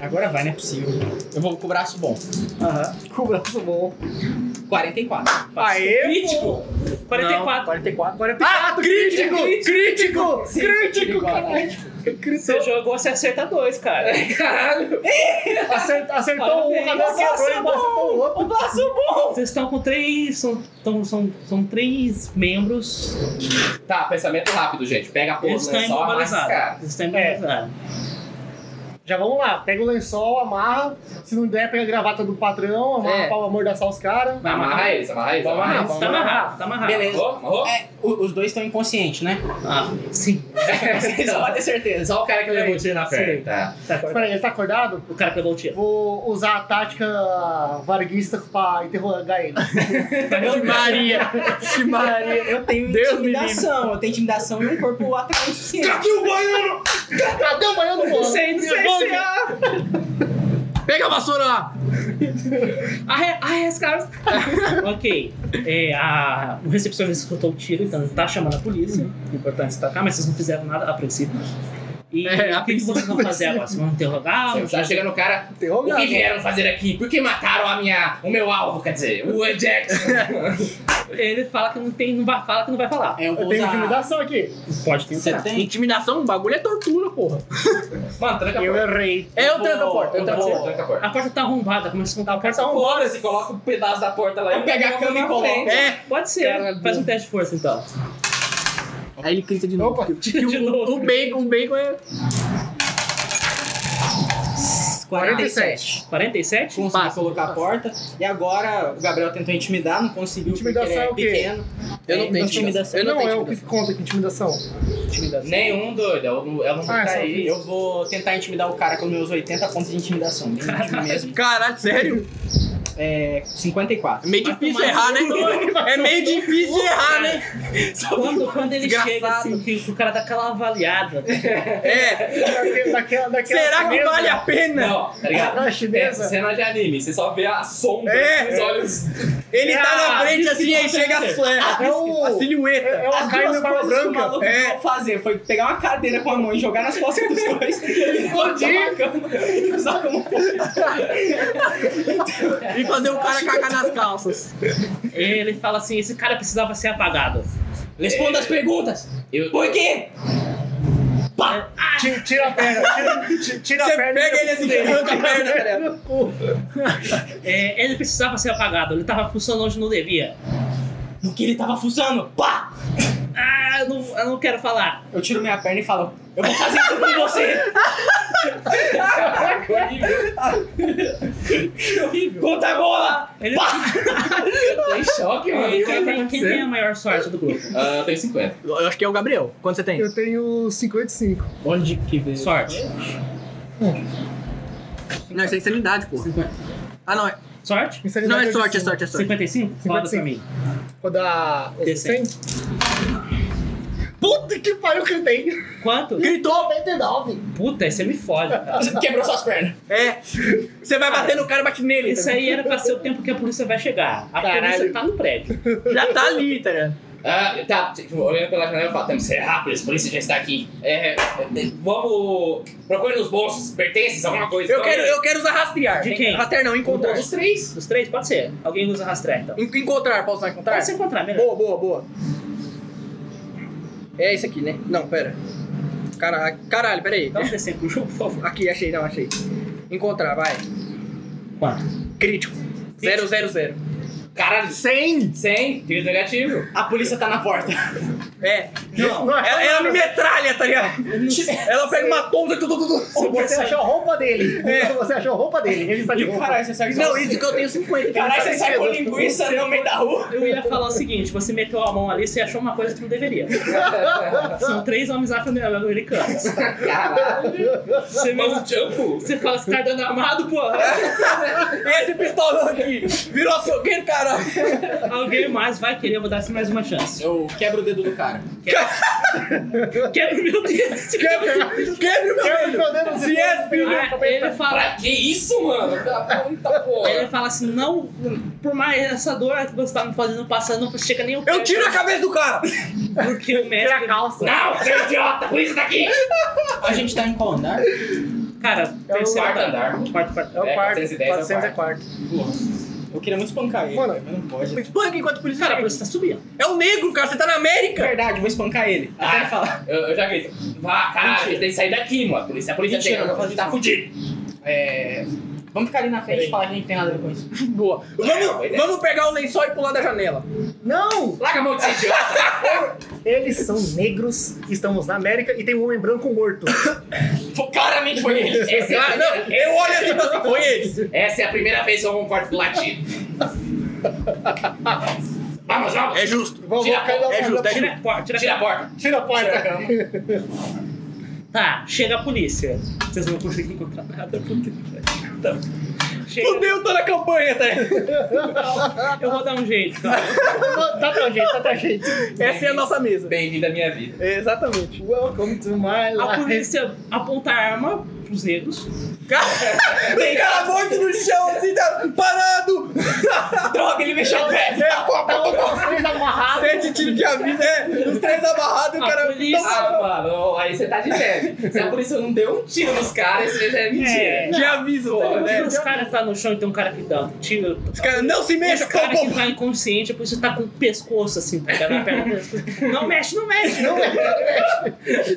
Agora vai, não é possível. Eu vou com o braço bom.
Aham.
Com o braço bom.
44.
Aê!
Crítico. 44.
44. 44. é Crítico! Crítico! Crítico, caralho.
Você jogou, você acerta dois, cara.
Acert- Acertou um,
Parabéns.
cada um quebrou e acertou o outro.
Vocês estão com três. São, tão- são, são três membros.
Tá, pensamento rápido, gente. Pega a porra
Eles
do
estão
lençol, amassa esse cara.
imobilizados. Eles estão imobilizados.
Já vamos lá, pega o lençol, amarra. Se não der, pega a gravata do patrão, amarra
É.
pra amor da os caras.
Vai amarrar.
Amarra eles, amarra eles.
Vamos
amarra
amarrar,
eles.
Tá amarrado, tá amarrado.
Beleza.
Amarrou? Amarrou?
É, o- os dois estão inconscientes, né?
Ah, sim.
Só pode ter certeza.
Só o cara que levou o tiro na
Sim.
perna. Tá.
Tá acordado.
Espera aí, ele tá acordado?
O cara que levou o tiro.
Vou usar a tática varguista pra interrogar ele.
Maria!
Maria, eu tenho
Deus me
intimidação. Eu tenho intimidação e um corpo atrás suficiente.
o banheiro?
Cadê o banheiro do mundo?
sei, não sei se é.
Pega a vassoura lá!
Ai, esse cara. ok. É, a... O recepcionista escutou o tiro, então ele tá chamando a polícia. Importante destacar, mas vocês não fizeram nada a princípio. E
É, a
o que, que vocês vão fazer agora? Vocês vão interrogar?
Você tá chegando o cara. O
Interrogar.
que
né?
é? vieram fazer aqui? Por que mataram a minha, o meu alvo? Quer dizer, o Jackson.
Ele fala que não tem. Não vai, fala que não vai falar.
É, eu
Eu
vou
tenho
usar...
intimidação aqui.
Pode ter.
Você tem?
Intimidação, o bagulho é tortura, porra.
Mano, tranca a
Eu
porta.
errei.
É, eu tranco a porta.
Eu
Eu
tranca a
tranco
porta,
a porta.
tranca a porta.
A porta tá arrombada, começa a contar a porta.
Fora, você coloca um pedaço da porta lá
Eu pego a cama e coloco.
É,
Pode ser.
Cara,
Faz um teste de força então.
aí ele clica de novo.
Opa,
Que
de
o,
novo.
o bacon, o bacon é.
47.
47?
Consegui
Passa.
colocar a porta. E agora o Gabriel tentou intimidar, não conseguiu. porque
Intimidação
ele
é o quê?
Eu não
pequeno. É,
tenho
então
intimidação. Eu não
não,
tenho
é o que conta aqui, intimidação.
Intimidação.
Nenhum doido, eu não, eu não vou
Ah,
tá
só
aí.
Eu vou tentar intimidar o cara com meus 80 pontos de intimidação. Bem íntimo mesmo.
Caralho, sério?
É 54.
É meio difícil errar, né? É meio difícil errar, né?
Quando, quando ele
Desgraçado.
chega assim, que o cara dá aquela avaliada.
É.
Daquela, daquela, daquela
Será que
chinesa-
vale a pena?
Não, tá ligado?
Daquela
É,
chinesa?
cena de anime, você só vê a sombra
É.
dos olhos.
Ele tá
Ah,
na frente
isso que
assim, aí
você
chega a,
quer.
Ah,
a-
É o-
a silhueta.
É uma
As duas
carne
coisas que o
branca.
maluco
É.
tentou fazer foi pegar uma cadeira com a mão e jogar nas costas dos dois e botar na cama e usar como
E fazer o cara cagar nas calças.
Ele fala assim: esse cara precisava ser apagado.
Responda as perguntas!
Eu,
Por quê?
Ti- Tira a perna, tira, ti- tira a
Você
perna. né?
pega ele assim, arranca a perna, tá ligado?
É, ele precisava ser apagado, ele tava funcionando onde não devia.
No que ele tava fuçando? Pá!
Ah, eu não, eu não quero falar.
Eu tiro minha perna e falo, eu vou fazer isso com você!
Caraca, horrível.
Conta a bola!
Ele,
Eu tô em choque, mano.
quem,
O que tá
tem, quem
acontecendo?
tem a maior sorte do grupo?
Ah, eu tenho 50.
Eu acho que é o Gabriel. Quanto você tem?
Eu tenho 55.
Onde que veio?
Sorte.
Não, isso é insanidade, porra. Ah, não. é-
Sorte?
Não,
Insanidade
é
de
sorte, é
cinco.
sorte, é sorte.
55? Roda pra mim.
Vou dar
Decente.
100. Puta que pariu que eu tenho.
Quanto?
Gritou!
99.
Puta, aí você me fode, cara.
Você quebrou suas pernas.
É. Você vai bater no cara, bate nele.
Isso aí era pra ser o tempo que a polícia vai chegar. A
Caralho.
polícia tá no prédio.
Já tá ali, tá ligado?
Ah, tá, tipo, olhando pela janela, eu falo, temos que ser rápidos, a polícia já está aqui. É, é, vamos. Procure nos bolsos, pertences, alguma coisa.
Eu quero, eu quero usar rastrear.
De quem?
Rastrear não, encontrar.
Os três.
Os três? Pode ser. Alguém usa rastreio, então.
En- Encontrar, posso usar encontrar?
Pode se encontrar, melhor.
Boa, boa, boa. É isso aqui, né? Não, pera. Cara, caralho, pera aí.
Dá um descer pro jogo, por favor.
Aqui, achei, não, achei. Encontrar, vai.
Quanto?
Crítico. Zero, zero, zero.
Caralho,
100!
100, tiro negativo.
A polícia tá na porta.
É,
Não,
não, ela, ela me metralha, tá ligado? Ela pega uma tomba e tudo, tudo,
Ou
tudo.
você achou a roupa dele.
É.
Ou Você achou a roupa dele. Ele está de roupa.
Caralho, você sai com
Não, isso que eu tenho 50.
Caralho, você sai com linguiça no meio da rua.
Eu ia falar o seguinte: você meteu a mão ali, você achou uma coisa que não deveria.
tá.
São três homens afro-americanos. Você, mesmo, você fala, esse cara dando armado, pô.
Esse pistolão aqui virou açougueiro, caralho.
Alguém mais vai querer, eu vou dar assim mais uma chance.
Eu quebro o dedo do cara.
Quebra o meu dedo.
Quebre, quebre o meu
Meu Deus do
Se é filho,
Ah, ele fala,
Pra que isso, mano? Tá, Eita
ele
porra.
fala assim, não, por mais essa dor que você tá me fazendo passar, não chega nem o pé,
eu tiro a cabeça do cara.
porque o
Tira a
mestre...
calça.
Não, seu idiota, por isso tá aqui.
A gente tá em qual andar?
Cara, terceiro
quarto
andar.
andar.
Quarto, quarto.
É o
É,
quarto.
410 é o
400 é quarto.
Eu queria muito espancar ele,
Mano,
mas não pode.
Espanca enquanto o policial.
Cara, você tá subindo.
É um negro, cara. Você tá na América.
Verdade, vou espancar ele. Até ele falar.
Ah, Eu, eu já grito. Vá, caralho, tem que sair daqui, mano. A polícia, a polícia
Mentira,
chega,
eu vou fazer
tá fudido.
É. Vamos ficar ali na frente e falar que a gente tem nada a ver com isso.
Boa. Vamos, vamos pegar o lençol e pular da janela.
Não!
Larga a mão de ser idiota.
Eles são negros, estamos na América e tem um homem branco morto.
Foi- Claramente foi ele. Essa é, a
Ah, não,
primeira-
eu olho assim e falo assim, foi eles.
essa é a primeira vez que eu concordo com o latino. Vamos, vamos.
É justo.
Vamos
Tira a
cair
porta,
na
é
porta.
justo, é
Tira a porta, tira a
Tira a porta.
Tira a porta.
Tá, chega a polícia. Vocês não vão conseguir encontrar nada. puta que pariu. Tá. Chega,
Fudeu, tô na campanha, tá?
eu vou dar um jeito, cara.
é
tá pra gente, tá pra gente.
Essa é a nossa mesa.
Bem-vindo à minha vida.
Exatamente. Welcome to my
A
life.
polícia aponta a arma pros negros.
Tem cara morto no chão, assim, tá parado.
Droga, ele mexeu o pé.
Vocês amarrados.
Sete tiros de aviso, é. Os três amarrados e o
A
cara... é um
polícia...
Ah, mano, ó, aí você tá de leve. Se a polícia não deu um tiro nos caras, isso já é mentira.
É.
De aviso, tá
Um
ligado?
dos caras tá no chão e tem um cara que dá um tiro.
Os caras, não se mexa,
Esse cara
pô, pô,
que tá inconsciente, a polícia tá com o pescoço assim, tá ligado? Na perna do pescoço. Não mexe, não mexe, não
É,
mexe.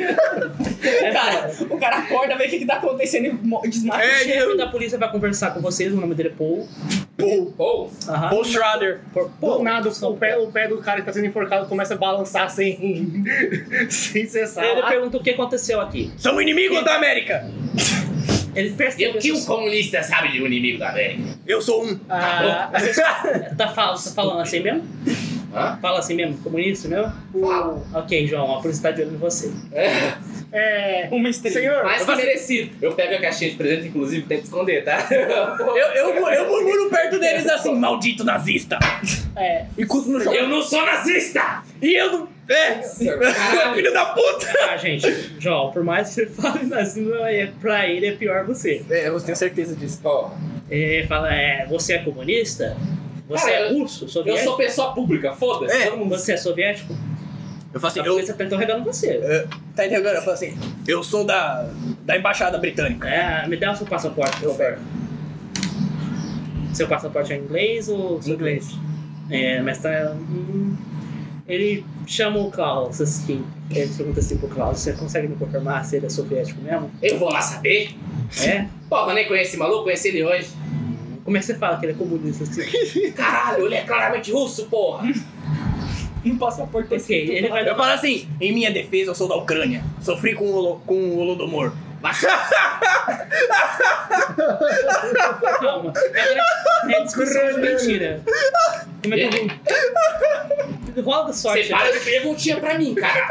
Cara, o cara acorda, vê o que, que tá acontecendo e mo- desmaia.
O
É,
chefe
eu-
da polícia vai conversar com vocês, o nome dele é Paul.
Paul.
Ou,
Aham.
Paul Schrader.
Por-
Do
Paul.
nada, o pé, o pé do cara que tá sendo enforcado começa a balançar sem, sem cessar. Ah,
Ele pergunta o que aconteceu aqui.
São inimigos da América.
Ele
e
percebe
o que o
essas-
comunista sabe de um inimigo da América?
Eu sou um.
Ah,
Tá, fal- tá falando assim mesmo?
Hã?
Fala assim mesmo, comunista mesmo? Ok, João, a polícia tá de olho em você.
É,
é,
Uma estrela.
senhor,
mais que merecido. Eu pego a caixinha de presente, inclusive, tento esconder, tá?
Eu, eu, eu murmuro perto deles assim, maldito nazista.
É,
E custo no chão.
Eu não sou nazista!
E eu não... É, filho da puta.
tá, gente. João, por mais que você fale assim, não é- pra ele é pior você.
É, eu tenho certeza disso.
Ó,
Ele fala, é, você é comunista? Você
Cara,
é russo?
eu
Soviético?
sou pessoa pública, foda-se.
É.
Todo mundo
Você é soviético?
Eu faço
A
assim, eu...
polícia tá interrogando você.
é, Tá entendendo? Eu falo assim, eu sou da, da embaixada britânica.
É, me dá o seu passaporte, por favor. Seu passaporte é inglês ou.
Inglês.
É, mas tá. hum, Ele chama o Klaus, assim. Ele pergunta assim pro Klaus: você consegue me confirmar se ele é soviético mesmo?
Eu vou lá saber?
É?
Porra, nem conheci esse maluco, conheci ele hoje.
Como é que você fala que ele é comunista assim?
Caralho, ele é claramente russo, porra!
Um passaporte
ok, ele vai
Eu
dar.
falo assim, em minha defesa, eu sou da Ucrânia. Sofri com o, Holo- com o Holodomor.
Calma. É, é discussão de mentira. Como é que eu vou. Rola da
Você
sorte.
para de perguntinha pra mim, cara.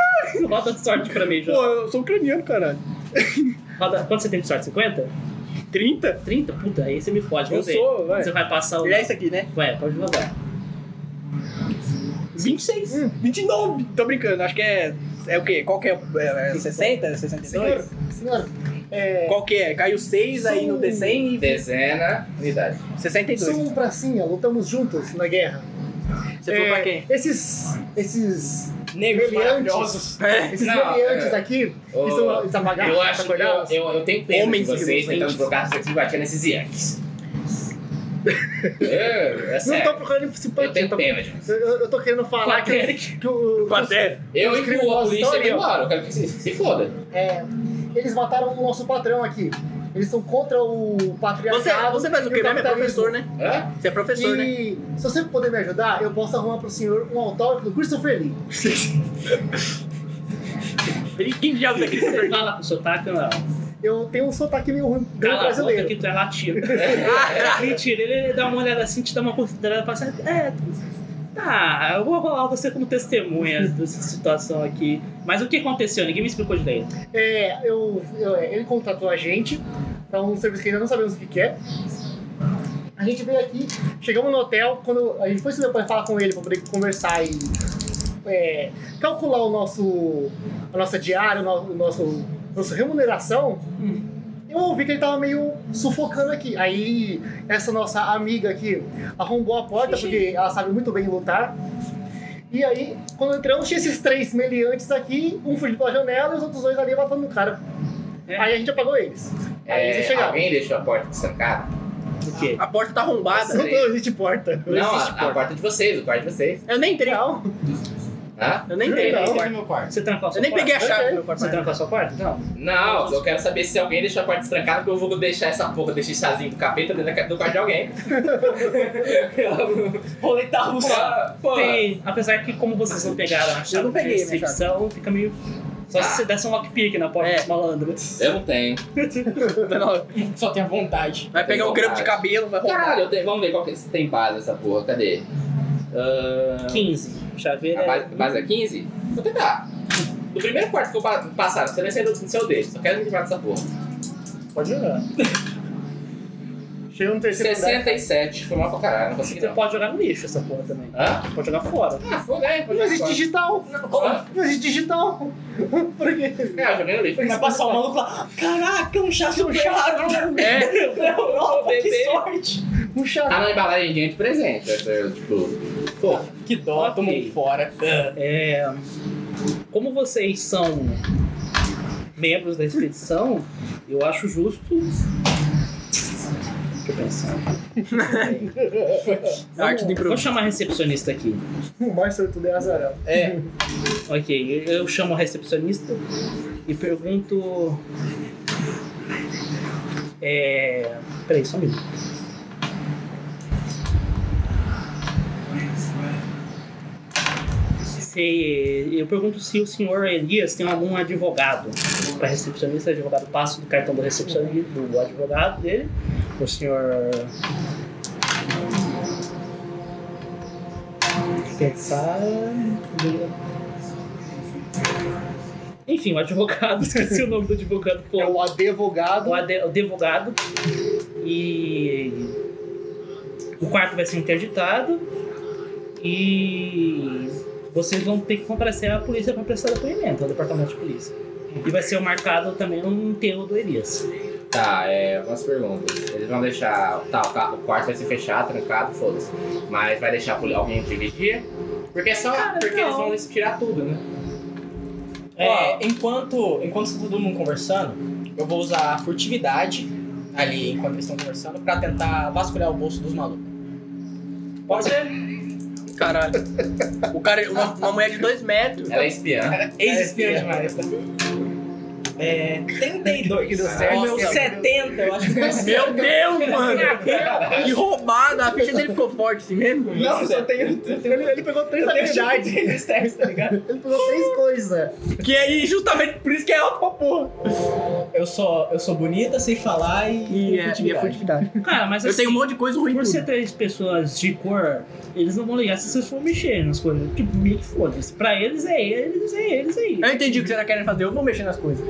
Rola da sorte pra mim, João.
eu sou ucraniano, caralho.
Roda... Quanto você tem de sorte? 50?
30?
30? Puta, aí você me fode.
Eu
vamos ver.
sou, vai.
Você vai passar o.
É
Olha isso aqui, né?
Ué, pode jogar.
26. 29. Tô brincando, acho que é... É o quê? Qual que é? é, é 60? 62?
senhor, senhor, é,
Qual que é? Caiu 6 aí no D100 e...
Dezena, unidade.
62.
sou um pracinha, lutamos juntos na guerra.
Você foi
É,
pra quem?
Esses, esses
Negros maravilhosos.
meliantes, esses
Não,
meliantes
é.
aqui,
Ô,
que são tá estamagados,
Eu acho que eu,
acordados.
eu, eu tenho pena
Homens
de vocês
inocentes.
tentando trocar sexo de batia nesses Yankees. É, é
Não tô
sério.
procurando
Eu
simpatia,
tenho
tô-
pena de vocês.
eu, eu- eu tô querendo falar que, que, o- que os-
Quanto é?
Eu
Os
incluo a
criminosos
polícia
estão
e vou
ali, ó.
embora. Eu quero que se, se foda.
é, eles mataram o nosso patrão aqui. Eles são contra o
Você,
patriarcado.
você faz o
e
quê? Mesmo é
capitalismo.
professor, né?
Hã?
Você é professor, né?
E se você puder me ajudar, eu posso arrumar pro senhor um autógrafo do Christopher Lee.
Quem diabos é Christopher
Você fala com sotaque, não.
Eu tenho um sotaque meio ruim bem
Cala a boca
brasileiro.
que tu é latino. É, Mentira, ele, ele dá uma olhada assim, te dá uma considerada e fala assim, é, tá, eu vou rolar você como testemunha dessa situação aqui. Mas o que aconteceu? Ninguém me explicou direito.
É, eu, eu- é, ele contratou a gente pra um serviço que ainda não sabemos o que que é. A gente veio aqui, chegamos no hotel, quando a gente foi se depois falar com ele pra poder conversar e é, calcular o nosso, a nossa diária, o no- o nosso, nossa remuneração, eu ouvi que ele tava meio sufocando aqui. Aí essa nossa amiga aqui arrombou a porta, porque ela sabe muito bem lutar. E aí, quando entramos, tinha esses três meliantes aqui, um fugindo pela janela e os outros dois ali matando o cara.
É.
Aí a gente apagou eles. Aí eles
É,
chegaram.
alguém deixou a porta trancada?
O quê?
A porta tá arrombada.
Não tô- existe porta. Não,
Não,
existe
a, a porta de vocês, o quarto de vocês.
Eu nem entrei.
Não.
Hã?
Eu nem
Não.
entrei.
Não.
no meu quarto.
Você trancou a sua
Eu nem
porta?
peguei a chave do meu
Você
quarto.
trancou a sua porta? Não.
Não, eu quero saber se alguém deixou a porta trancada, porque eu vou deixar essa porra desse chazinho do capeta dentro da ca- do quarto de alguém.
Roleta russa.
Porra, porra.
Tem, apesar que como vocês não pegaram a chave
não peguei a
de
minha chave.
recepção, fica meio... Só se você desse um lockpick na porta
É.
dos malandros.
Eu não tenho.
Só tem a vontade.
Vai pegar um grampo de cabelo, vai roubar.
Caralho, eu tenho, vamos ver qual que é, se tem base essa porra, cadê? Ahn,
15. Chaveira
a
é...
base, base é 15? Vou tentar. Do primeiro quarto que eu pa- passar, não sei nem se eu- se eu deixo, só quero me livrar dessa porra.
Pode jogar.
Chegou no terceiro andar.
67, foi mal pra caralho, não consegui
Você
não.
pode jogar no lixo essa porra também.
Hã?
Pode jogar fora.
Ah, foda
né?
aí, pode
Não existe
jogar
digital.
fora.
Não existe digital. Por quê?
Hã? É, eu joguei no lixo.
Vai passar o maluco lá. Caraca, um chá super raro.
É,
Pra Europa, que
Bebê.
sorte.
Um
Tá
chá.
na embalagem de presente, eu- tipo...
Pô, que dó,
Ok.
tomou fora.
É, como vocês são membros da expedição, eu acho justo. Deixa eu pensar.
arte do
Vou
improviso.
chamar a recepcionista aqui.
O mais sortudo é azarão.
Ok, eu eu chamo a recepcionista e pergunto. É. Peraí, só um minuto. Se, eu pergunto se o senhor Elias tem algum advogado. Para recepcionista, advogado passa do cartão do recepcionista, do advogado dele. O senhor. Pensar. Enfim, o advogado, esqueci o nome do advogado. pô
É o advogado.
o, ade- o advogado e o quarto vai ser interditado e vocês vão ter que comparecer à polícia para prestar depoimento, ao departamento de polícia. E vai ser marcado também um enterro do Elias.
Tá, é, algumas perguntas. Eles vão deixar. Tá, o ca- o quarto vai se fechar, trancado, foda-se. Mas vai deixar poli- alguém dirigir? Porque é só. porque eles vão tirar tudo, né?
É, enquanto, enquanto tá todo mundo conversando, eu vou usar a furtividade ali enquanto eles estão conversando pra tentar vasculhar o bolso dos malucos. Pode ser?
Caralho. O cara, uma, uma mulher de dois metros.
Ela é espiã.
Ex-espiã demais, tá? É, 32.
Que deu certo.
Ó, meu 70, eu acho que foi assim.
Meu Deus, mano! Que roubada! A ficha dele ficou forte assim mesmo?
Não, só tenho. Eu tenho
Ele pegou três
eu tenho
habilidades.
tipo três terços, tá ligado?
Ele pegou três coisas.
Que aí, justamente por isso que é alto pra porra.
Eu sou, eu sou bonita, sei falar e.
E é,
tenho
e é
furtividade.
furtividade.
Cara, mas
Eu
assim,
tenho um monte de coisa ruim
por
por
ser
tudo.
três pessoas de cor, eles não vão ligar se vocês for mexer nas coisas. Tipo, meio que foda-se. Pra eles é eles, é eles, é eles.
Eu entendi o que vocês querem fazer, eu vou mexer nas coisas.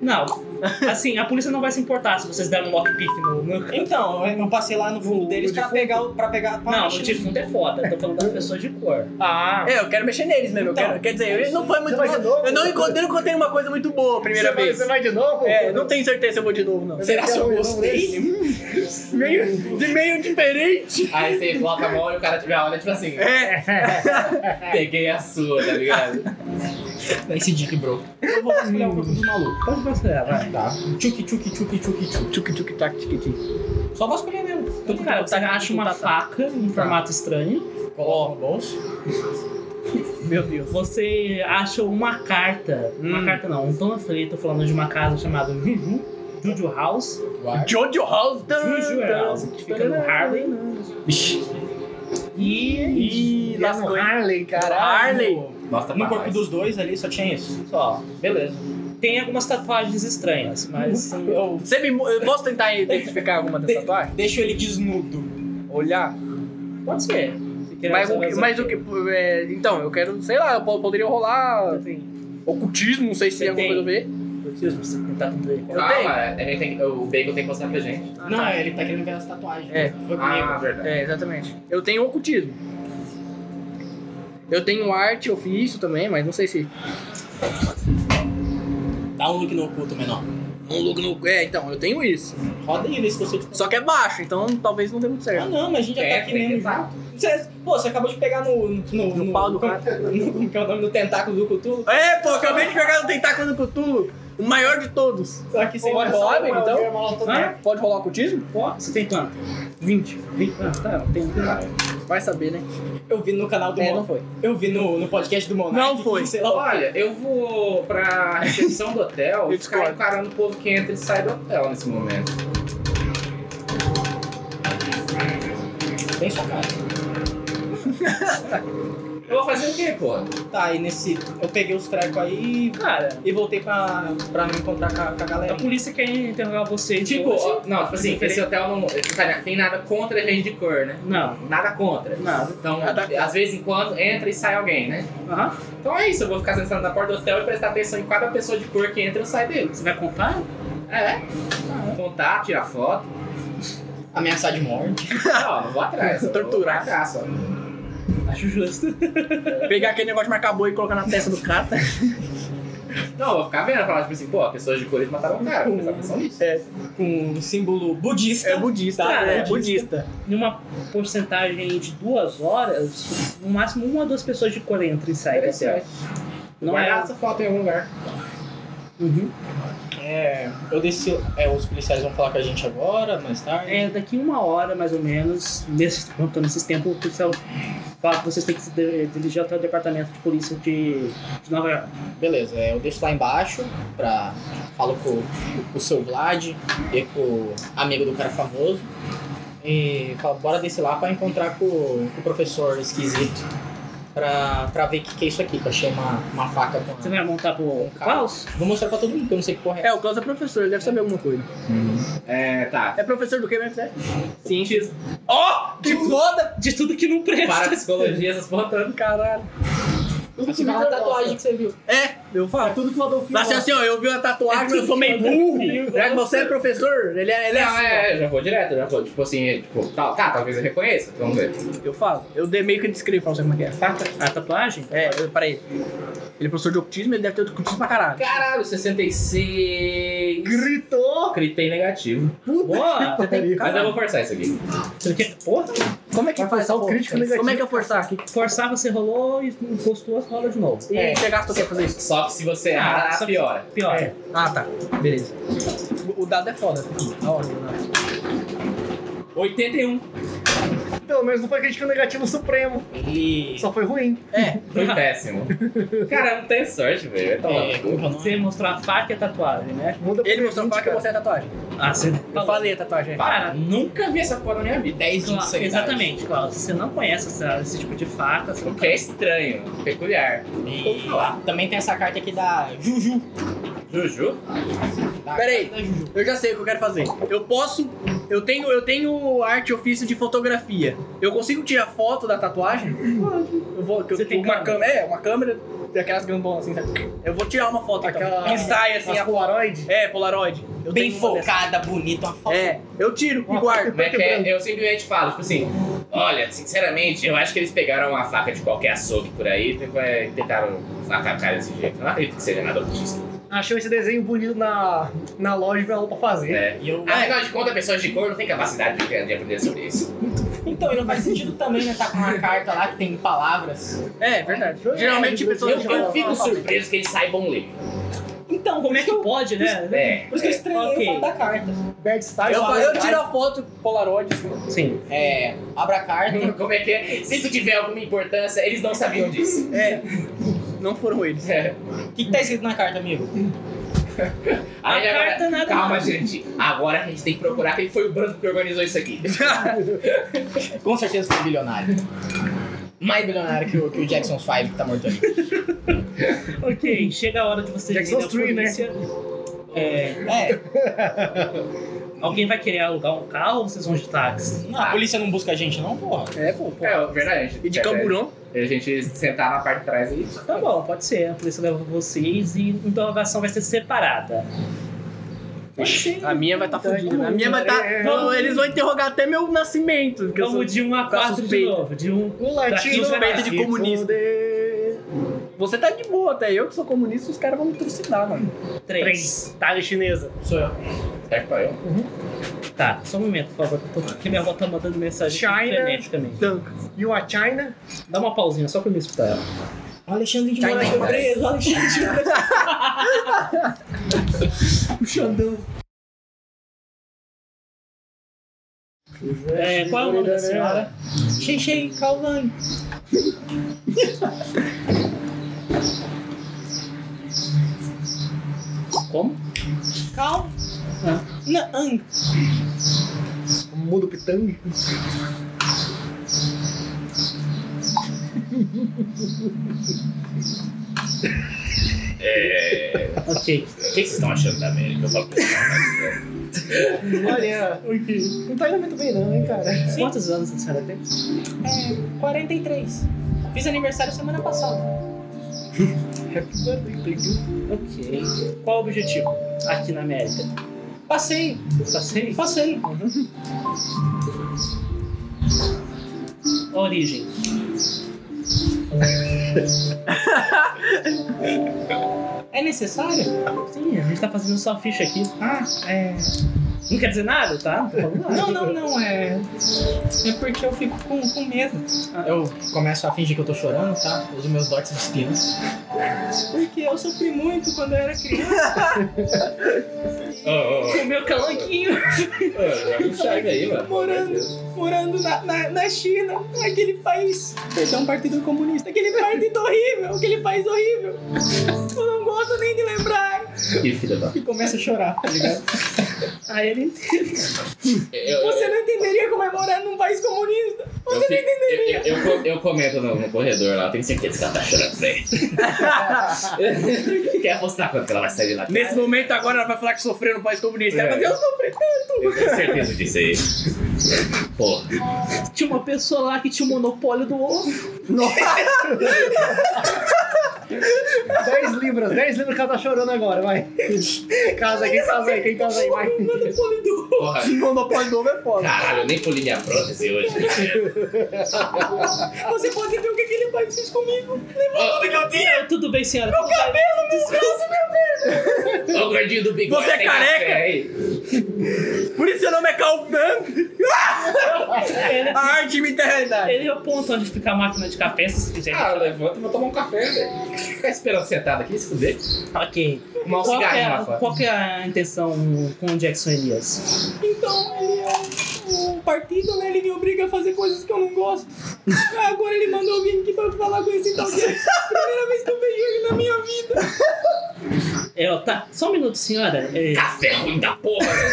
Não. Assim, a polícia não vai se importar se vocês deram um lockpick no, no
Então, eu passei lá no fundo
No-
deles
no
pra
defunto?
pegar o. Pra pegar, pra
Não,
mexer
o
no-
defunto é foda. Tô falando das pessoas de cor.
Ah.
É, eu quero mexer neles mesmo. eu
Então,
quero- quer dizer, eu não foi muito
vai
bom.
de novo?
Eu não encontrei, eu encontrei uma coisa muito boa a primeira
você vai-
vez.
Você vai de novo? um
É, não tenho certeza se eu vou de novo, não.
Será que eu gostei?
Meio, de meio diferente.
Aí você coloca a mão e o cara tiver olha tipo assim.
É,
É.
Peguei a sua, tá ligado?
Dá esse dick, bro. Eu vou vasculhar o corpo dos malucos.
Pode considerar, vai.
Tchuki, tchuki, tchuki, tchuki, tchuki.
Tchuc, tchuc, tac, tchuc, tchuc.
Só vasculhar mesmo.
Então, cara, você acha uma faca em formato estranho.
Coloca no bolso.
Meu Deus.
Você acha uma carta. Uma
Hum.
carta não, um panfleto falando de uma casa chamada Juju. Juju House.
Jojo House.
Juju House, que fica no Harley. Ixi. E.
E lá no Harley, cara.
Harley.
Nossa,
No corpo dos dois ali só tinha isso. Só, beleza.
Tem algumas tatuagens estranhas, mas.
Eu
Você me, mo- eu posso tentar identificar alguma
de-
dessa tatuagens?
deixo ele desnudo.
Olhar.
Pode ser. Se querer
Mas
fazer
o que.
mais
Mas o que é, então, eu quero, sei lá, eu po- poderia rolar assim,
Tem.
ocultismo, não sei se
Você
tem alguma
tem?
coisa a ver.
Preciso pra você tentar entender.
Eu tenho.
a gente é, tem que- o Bacon tem que mostrar pra gente.
não, ele tá Ah. querendo ver as tatuagens.
É.
Foi comigo.
Ah, verdade.
É, exatamente. Eu tenho ocultismo. Eu tenho arte, ofício também, mas não sei se.
Dá um look no oculto menor.
Um look no. É, então, eu tenho isso.
Roda aí, vê se você descobre.
Só que é baixo, então talvez não dê muito
Ah,
certo.
não, mas a gente já
É,
tá aqui
tem
mesmo.
que tá.
junto. Você, pô, você acabou de pegar no. No,
No pau do
como- no- Como que é o nome do tentáculo do Cthulhu?
É, pô, acabei de pegar o tentáculo do Cthulhu. O maior de todos.
Só que sem
Pode
noção,
rolar, amigo, então?
Ah,
Pode rolar ocultismo?
ó, você tem quanto?
20.
Ah, tá, tem
Vai saber, né?
Eu vi no canal do
É,
Mon-
não foi.
Eu vi no, no podcast do Monark.
Não foi.
que, Sei lá,
Olha, eu vou pra recepção do hotel
Eu
e ficar
discordo.
encarando o povo que entra e sai do hotel nesse momento.
tem sua cara.
Eu vou fazer o quê, pô?
Tá, e nesse. Eu peguei os trecos aí
Cara,
e voltei pra, pra me encontrar com a,
Tá
com a galera.
a polícia quer interrogar você.
Tipo,
hoje?
ó, não, tipo assim, esse hotel não esse cara- tem nada contra a gente de cor, né?
Não,
Nada contra.
nada.
Então, às vezes em quando entra e sai alguém, né?
Aham.
Então é isso, eu vou ficar sentado na porta do hotel e prestar atenção em cada pessoa de cor que entra ou sai dele.
Você vai contar?
É. Contar, tirar foto.
Ameaçar de morte.
Não, não vou atrás. eu vou
Torturar.
marcar só.
Acho justo.
Pegar aquele negócio de marcar boi e colocar na testa do cara.
Não, eu vou ficar vendo, falar tipo assim, pô, pessoas de cores mataram um cara, vou prestar atenção nisso.
Com um símbolo budista.
É budista.
Cara,
é
budista.
budista.
Em uma porcentagem de duas horas, no máximo uma ou duas pessoas de cor entram e saem. desse
Interessante.
Não
Guardar
é.
essa foto em algum lugar.
Uhum.
É, eu desci. É, os policiais vão falar com a gente agora, mais tarde.
É, daqui uma hora, mais ou menos, nesse, contando esses tempos, o policial fala que vocês têm que se de- dirigir até o departamento de polícia de, de Nova York.
Beleza, é, eu deixo lá embaixo pra. Falo com, com o seu Vlad e com o amigo do cara famoso. E falo, bora descer lá pra encontrar com, com o professor esquisito. Pra, pra ver o que, que é isso aqui, que eu achei uma, uma faca com.
Você vai montar pro Klaus?
Vou mostrar pra todo mundo, que eu não sei que porra é.
É, o Klaus é professor, ele deve saber alguma coisa.
É, tá.
É professor do que mesmo, é?
Cientismo.
Que foda!
De tudo que não
Para
presta.
psicologia, essas porra toda.
Caralho.
Assim, uma tatuagem que você viu.
É, eu falo.
Tudo que o Adolfinho
Nasce assim, ó, eu vi uma tatuagem, eu sou meio burro. Já que você é professor, ele é, ele é
Não,
assim,
é, eu já vou direto, já vou, tipo assim, é, tipo, tal, tá, talvez eu reconheça, vamos ver.
ó. é- Eu falo. Eu dei meio que descrevo pra você como é que é.
A tatuagem?
É, eu- peraí. Ele é professor de ocultismo, ele deve ter ocultismo pra caralho.
Caralho, 66.
gritou.
Gritei negativo.
Boa!
Mas eu vou forçar isso aqui.
Você quer- Porra,
Como é que forçar o crítico negativo? Como é que eu forçar aqui?
forçar você rolou e encostou, rola de novo.
E você gastou o que pra fazer isso?
Só que se você
Ah,
errar,
só que-
piora.
Pior.
Ah, tá. Beleza. O dado é foda. Tá ótimo, né?
81.
Pelo menos não foi crítico negativo supremo.
Ele.
Só foi ruim.
Foi péssimo. Cara, eu não tenho sorte, velho. Vai tomar
É,
no cu.
como que é o nome?
Você mostrou a faca e a tatuagem, né?
Muda
Ele mostrou a faca e
que
eu mostrei a tatuagem.
Ah, você
Eu falei a tatuagem.
Cara,
Nunca vi essa porra na minha vida.
10 de
Cla-
insanidade.
exatamente, Klaus. Você não conhece essa- esse tipo de faca. Você não
O que é estranho, peculiar.
E também tem essa carta aqui da Juju.
Juju?
Da
Peraí.
carta da Juju.
Eu já sei o que eu quero fazer. Eu posso. Eu tenho, eu tenho arte e ofício de fotografia. Eu consigo tirar foto da tatuagem? Eu vou. que Eu,
Você tem
uma
câmera?
câmera. É, uma câmera. Aquelas grandonas assim, sabe? Eu vou tirar uma foto
Aquela-
então, que sai assim.
As
A...
Polaroid.
É, Polaroid. Eu
Bem
tenho uma dessas.
focada, bonita, uma foto.
É, eu tiro e guardo.
Como
Tá
é que é? Eu simplesmente falo, tipo assim, olha, sinceramente, eu acho que eles pegaram uma faca de qualquer açougue por aí e vai- tentaram sacar a cara desse jeito. Eu não acredito que seja nada autista.
Achou esse desenho bonito na, na loja e falou pra fazer.
É.
E eu-
Afinal de contas, pessoas de cor não têm capacidade de aprender- de aprender sobre isso.
Então, e não faz sentido também, né? Tá com uma carta lá que tem palavras.
É, verdade. Geralmente
tipo, Eu,
pessoas.
eu fico surpreso que eles saibam ler.
Então,
Como é que
eu...
pode, né?
É.
Por isso que eu estranhei
Ok.
o fato da carta.
Bert Stein.
Eu,
Fala-
eu tiro a foto Polaroid. assim.
Sim.
É, abra a carta.
Como é que é? Se isso tiver alguma importância, eles não sabiam disso.
É. Não foram eles.
É.
O que, que tá escrito na carta, amigo?
Aí
A
agora-
carta nada
Calma,
mais.
gente. Agora a gente tem que procurar quem foi o branco que organizou isso aqui.
Com certeza foi bilionário. Mais bilionário que o, que o Jackson 5 que tá morto ali.
Ok, chega a hora de você
Jackson
vender a
Three, né?
polícia. É,
É,
alguém vai querer alugar um carro ou vocês vão de táxi?
não, a polícia não busca a gente, não, porra.
É, pô, pô.
Ah, É, verdade.
E de camburão.
A gente sentar na parte de trás aí.
Tá bom, pode ser. A polícia leva vocês e a interrogação vai ser separada.
A minha vai estar tá fodida, né? A minha vai estar.
É.
Eles vão interrogar até meu nascimento. Que eu sou
Vamos de 1 a
tá
4 de
suspeito.
novo. De 1
Um latino
Daqui
vai
suspeito
Tá de
se
comunista.
foder.
Você tá de boa, até eu que sou comunista, os caras vão me trucidar, mano.
três.
Tá, chinesa.
Sou eu.
Serve pra eu.
Tá, só um momento, por favor. que eu tô- Porque minha avó tá mandando mensagem aqui
China.
freneticamente.
E uma China?
Dá uma pausinha só pra eu me escutar ela.
O Alexandre de
Tá
Moraes foi preso, o Alexandre de Moraes.
É, qual é o nome da senhora?
Xenxen, Calvani.
Como?
Cal. Ah. Na Ang.
Mundo pitang.
Ok.
O que vocês estão achando da América? Eu falo pra vocês.
Olha, não tá indo muito bem não, hein, cara.
Quantos anos a senhora tem?
43. Fiz aniversário semana passada.
Ok. Qual o objetivo aqui na América?
Passei,
Passei?
passei. Uhum.
Origem.
É necessário?
Sim, a gente tá fazendo sua ficha aqui. Ah, é. Não quer dizer nada, tá? Não tô falando nada.
Não, não, não. É. É porque eu fico com, com medo. Eu começo a fingir que eu tô chorando, tá? Uso meus dotes de espinas.
Porque eu sofri muito quando eu era criança.
Ô, ô,
O meu calanquinho.
ô, ô, Sai daí, mano.
Morando. morando na, na, na China, aquele país.
é um
Perdão, Partido Comunista. Aquele partido horrível, aquele país horrível. Eu não gosto nem de lembrar.
Que filha da.
E começa a chorar, tá ligado?
Aí ele entende.
Eu- eu-
Você não entenderia como é morar num país comunista.
Eu,
Você não
fico- eu,
entenderia.
eu, eu, co- eu comento no, no corredor lá, eu tenho certeza que ela tá chorando pra ele. Quer apostar quanto que ela vai sair de lá?
Nesse momento agora ela vai falar que sofreu no país comunista.
É.
Ela vai
um
dizer, eu sou
Eu tenho certeza disso aí. Porra.
Tinha uma pessoa lá que tinha o monopólio do ovo.
10 libras, 10 libras que ela tá chorando agora, vai. Casa quem casa aí, quem casa aí, vai.
Porra.
monopólio do ovo é foda.
Caralho, eu nem pulei minha prótese hoje.
Você pode ver o que aquele país fez comigo.
Eu, tudo bem, senhora. Meu cabelo!
Ô, gordinho do bigode.
Você é
tem
careca?
café aí?
Por isso seu nome é Calvin.
Ele,
A arte imita a realidade.
ele é o ponto onde fica a máquina de café, se vocês quiserem.
Ah, levanta e vou tomar um café, velho. Ficar esperando sentado aqui, se fuder.
Ah,
Ok.
Fumar um
Qual que, é,
cigarrinho
a-
lá fora.
qual que é a intenção com o Jackson Elias?
Então ele é um, um partido, né? Ele me obriga a fazer coisas que eu não gosto. Agora ele mandou alguém aqui pra falar com esse tal de... Primeira vez que eu vejo ele na minha vida.
É, ó, tá. Só um minuto, senhora. É,
Café ruim da porra, velho.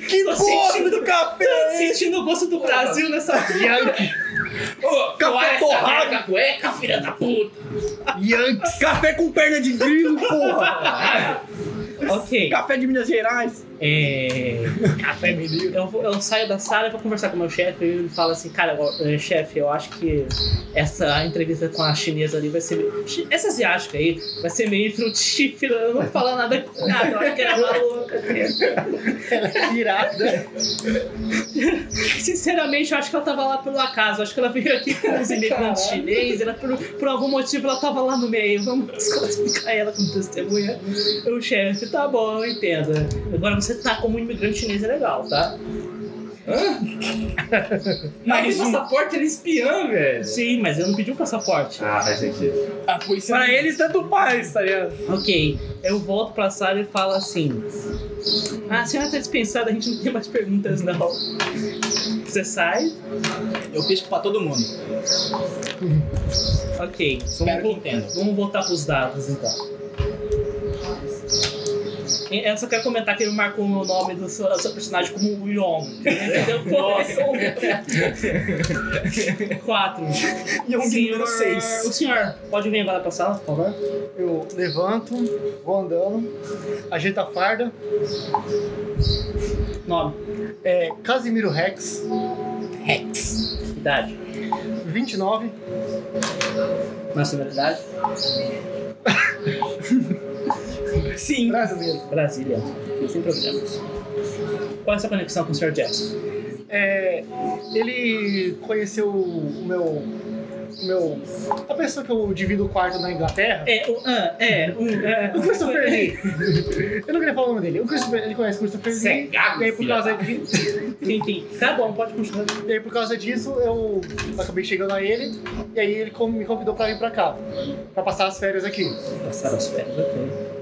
Que
tô
gosto
sentindo-
do café!
sentindo o gosto do Brasil nessa
Ô,
Café
café
torrado.
torrado. cueca, é, filha da puta.
Yanks. Café com perna de grilo, porra!
Ok.
Café de Minas Gerais.
É... Eu, vou- eu saio da sala e vou conversar com o meu chefe. E ele fala assim: Cara, eu- eh, chefe, eu acho que essa entrevista com a chinesa ali vai ser. meio- chi- Essa asiática aí vai ser meio frutífera. Eu não vou falar nada com nada. Eu acho que é era maluca.
Virada.
Sinceramente, eu acho que ela tava lá pelo acaso. Eu acho que ela veio aqui com os imigrantes chineses. Ela, por, por algum motivo ela tava lá no meio. Vamos classificar ela como testemunha. O chefe, tá bom, eu entendo. Agora você tá como um imigrante chinês é legal, tá?
Mas
é
o passaporte ele espiando, Ah, velho.
Sim, mas eu não pedi um passaporte.
Ah, faz sentido.
A polícia. Pra eles, tanto faz, tá ligado?
Ok, eu volto pra sala e falo assim: Ah, A senhora tá dispensada, a gente não tem mais perguntas, não. Você sai.
Eu pisco pra todo mundo.
Ok.
Espero que
Vamos,
entendam.
vamos voltar pros dados então. E- Eu só quero comentar que ele marcou o nome do seu, do seu personagem como o Yong. Entendeu? é Quatro.
um
Senhor- O senhor, pode vir agora pra sala, por favor?
Eu levanto, vou andando, ajeito a farda.
Nome,
É Casimiro Rex,
idade,
29,
nacionalidade,
brasileiro.
Brasília. Sem problemas. Qual é a sua conexão com o senhor Jackson?
É, ele conheceu o meu. O meu. A pessoa que eu divido o quarto na Inglaterra.
É, o. ah, é, o. é,
O Christopher Lee. Eu não queria falar o nome dele. O Christopher, ele conhece o Christopher
Você é
Lee.
gago,
E aí, por
filha
causa
da-
de,
Enfim, tá bom, pode continuar.
E aí, por causa disso, eu acabei chegando a ele, e aí ele com- me convidou pra vir pra cá, pra passar as férias aqui.
Passaram as férias, ok.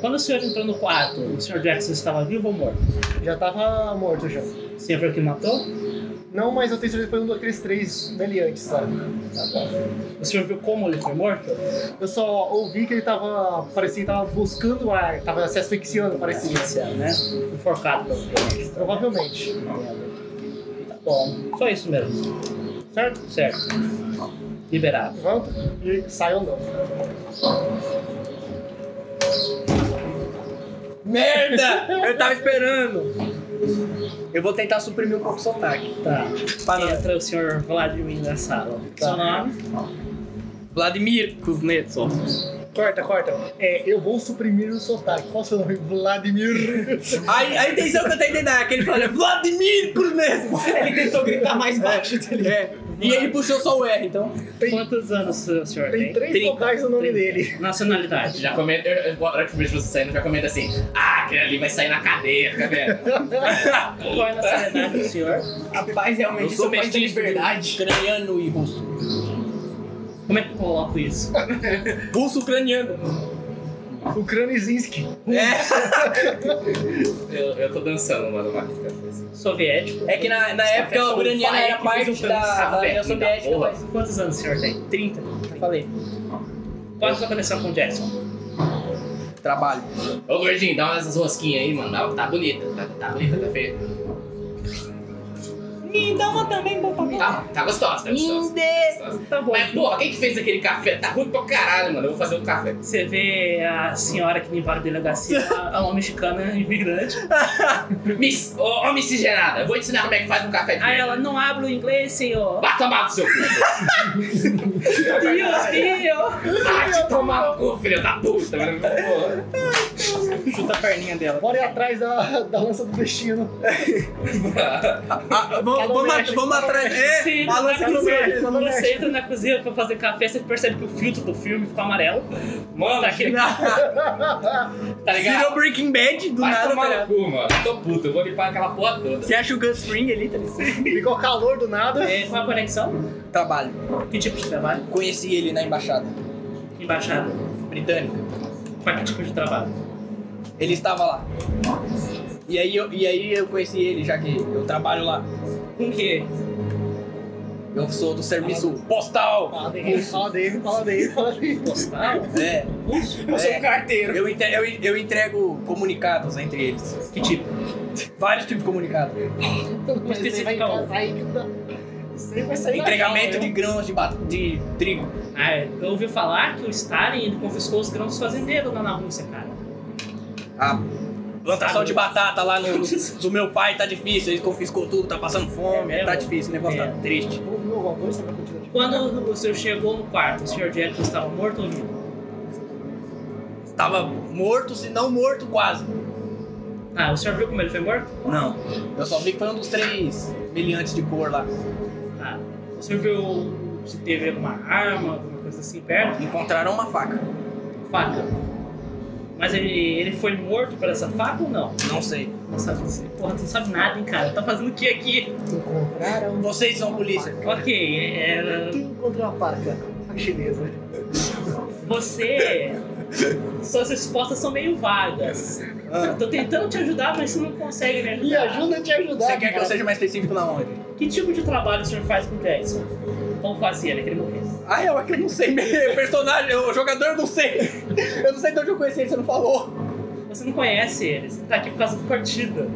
Quando o senhor entrou no quarto, o senhor Jackson estava vivo ou morto?
Já tava morto já.
O senhor foi o que matou?
Não, mas eu tenho certeza que foi um daqueles três meliantes, sabe?
O senhor viu como ele foi morto?
Eu só ouvi que ele tava, parecia que tava buscando ar, tava se asfixiando, parecia.
Silenciado, né? Enforcado pelo cliente.
Provavelmente.
Tá bom, só isso mesmo. Certo? Certo. Liberado.
Levanta e sai ou não.
Merda! Eu tava esperando. Eu vou tentar suprimir um pouco o sotaque.
Tá.
É,
Entra o senhor Vladimir na sala. Seu nome?
Vladimir Kuznetsov.
Corta, corta. É, eu vou suprimir o sotaque. Qual o seu nome? Vladimir.
Aí, a intenção que eu tentei dar é que ele falou Vladimir Kuznetsov.
Ele tentou gritar mais baixo.
É. E ele puxou só o R, então.
Tem-
Quantos anos o senhor tem?
Tem três vocais no nome dele.
Nacionalidade.
Já comenta, eu- eu- na hora que eu vejo você saindo, eu já comenta assim: Ah, aquele ali vai sair na cadeia, fica vendo?
Qual é a nacionalidade do senhor?
Rapaz, realmente,
Eu sou
seu país tem
mestiço.
liberdade. Ucraniano e russo.
Como é que eu coloco isso?
Russo ucraniano.
O Kranizinski.
É,
Eu, eu tô dançando, mano, uma música assim.
Soviético.
é que na, na época a ucraniana era parte da, da União Soviética, mas
Quantos anos o senhor tem? 30.
falei.
Qual é a sua conexão com o Jackson?
Trabalho.
Ô, gordinho, dá umas rosquinhas aí, mano. Dá- Tá bonita, tá, tá bonita, tá feia.
Me dá uma também, boa família.
Tá, tá gostosa, tá gostosa. tá gostosa.
Tá bom.
Mas, porra, quem que fez aquele café? Tá ruim pra caralho, mano. Eu vou fazer um café.
Você vê a senhora que limpava a delegacia, a uma mexicana imigrante.
Miss, ô, ô, miscigenada, eu vou te ensinar como é que faz um café de
Aí
merda.
ela, não habla o inglês, senhor.
Vai tomar no seu cu.
Deus meu!
Vai te tomar no cu, filho da puta. mano. Porra.
Chuta a perninha dela.
Bora ir atrás da, da lança do destino.
Ah, vamos,
Ela
vamos,
mexe.
at- vamos atrás. É,
Sim,
a
na
lança que não
cozinha.
mexe.
Quando você entra na cozinha pra fazer café, você percebe que o filtro do filme ficou amarelo. Mano, tá aquele
Tá
Virou
ligado?
Breaking Bad do
Vai
nada, tá
tomar no
ligado?
cu, mano. Tô puto, eu vou limpar aquela porra toda.
Você acha o Gus Fring ali? tá ligado?
Ficou calor do nada.
É, qual a conexão?
Trabalho.
Que tipo de trabalho?
Conheci ele na embaixada
Embaixada.
britânica.
Qual que tipo de trabalho?
Ele estava lá. E aí eu, e aí eu conheci ele, já que eu trabalho lá.
Com o quê?
Eu sou do serviço postal.
Fala dele, fala dele, fala dele, fala dele.
Postal?
É,
Eu sou um carteiro.
eu, entre, eu, eu entrego comunicados entre eles.
Que tipo?
Vários tipos de comunicado.
Mas ele vai
especificar um.
casar aí que tá- dá- Isso aí vai sair
Entregamento de grãos de, ba- de trigo.
Ah, é, eu ouvi falar que o Stalin ele confiscou os grãos dos fazendeiros lá na Rússia, cara.
A plantação de batata lá no, no- do meu pai tá difícil. Ele confiscou tudo, tá passando fome,
É mesmo?
tá difícil, o negócio
É.
tá triste.
Ouviu alguma coisa sobre a quantidade?
Quando o senhor chegou no quarto, o senhor Jackson estava morto ou vivo?
Tava morto, se não morto, quase.
Ah, o senhor viu como ele foi morto?
Não. Eu só vi que foi um dos três miliantes de cor lá.
Ah, o senhor viu se teve alguma arma, alguma coisa assim perto?
Encontraram uma faca.
Faca. Mas ele, ele foi morto por essa faca ou não?
Não sei.
Não sabe disso. Porra, você não sabe nada, hein, cara? Tá fazendo o que aqui?
Encontraram.
Vocês são polícia.
Ok, é,
Quem encontrou a faca? A chinesa.
você. Suas respostas são meio vagas. Tô tentando te ajudar, mas você não consegue me
Me
ajudar.
ajuda a te ajudar.
Você quer que eu
cara.
seja mais específico na onde?
Que tipo de trabalho o senhor faz com o Jackson? Como fazia naquele momento?
Ah, eu é que eu não sei. meu Personagem, o jogador, eu não sei. Eu não sei de onde eu conheci ele, você não falou.
Você não conhece ele, você tá aqui por causa do partida.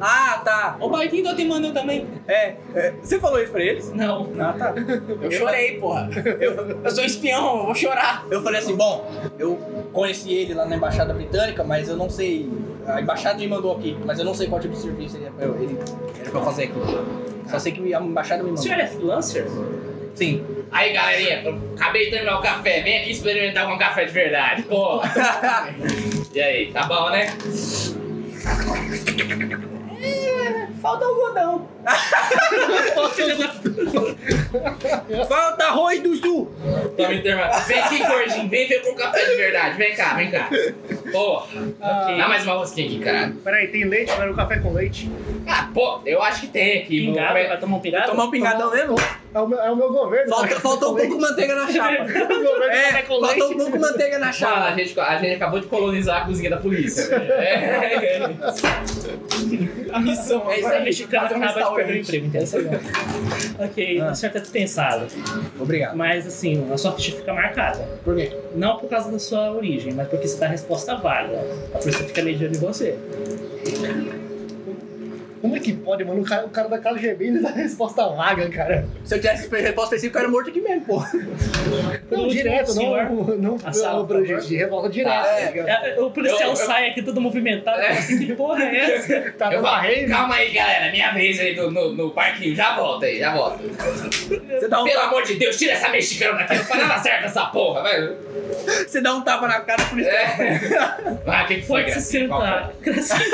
Ah, tá.
O Marquinhos do Otimano também.
É, é, você falou isso pra eles?
Não.
Ah, tá.
Eu chorei, porra. Eu, eu sou espião, eu vou chorar.
Eu falei assim, bom, eu conheci ele lá na Embaixada Britânica, mas eu não sei. A embaixada me mandou aqui, mas eu não sei qual tipo de serviço ele, eu- ele era pra eu fazer aqui. Só sei que a embaixada me
O
mandou.
senhor é freelancer?
Sim.
Aí, galerinha, eu acabei de terminar o café. Vem aqui experimentar com café de verdade, pô. e aí, tá bom, né?
Falta algodão.
Falta arroz do sul!
Tamo intervalo. Vem aqui, gordinho. Vem ver com café de verdade. Vem cá, vem cá. Pô, dá mais uma rosquinha aqui, caralho.
Peraí, tem leite? Vai um café com leite.
Ah, pô, eu acho que tem aqui. Vou
Pingado?
comer-
Vai tomar um pingado?
Tomar um pingadão mesmo?
É o meu, é o meu governo.
Falta, faltou um pouco de manteiga na chapa.
É o meu governo.
É, faltou um pouco de manteiga na
Mano,
chapa. É
a gente, a gente acabou de colonizar a cozinha da polícia. velho. É.
A missão. É isso
agora
aí,
é
mexicano
fazer um
acaba de perder o
restaurante. Ah.
emprego, entendeu? Essa é a- ok, o senhor tá dispensado.
Obrigado.
Mas assim, a sua ficha fica marcada.
Por quê?
Não por causa da sua origem, mas porque você dá a resposta válida. A polícia fica mediando em você.
Como é que pode, mano? O cara, o cara da KGB ele dá resposta vaga, cara.
Se eu tivesse resposta específica, eu era é morto aqui mesmo, pô.
Por
Não,
último,
direto,
senhor,
não, não
assalto,
pelo prejuízo de revolta direto.
Ah,
tá ligado?
É, O policial
Eu- eu-
sai aqui todo movimentado,
É.
assim, que porra é essa?
Tá
Eu
dando
falo,
né?
rave.
calma aí, galera. Minha vez aí no, no, no parquinho. Já volta aí, já volta.
Você dá, um,
Pelo amor de Deus, tira essa mexicana daqui. Não faz nada certo essa porra, velho.
você dá um tapa na cara do policial.
É. Ah, o que que foi,
Se
Gracinha? Qual foi?
sentar. Gracinha.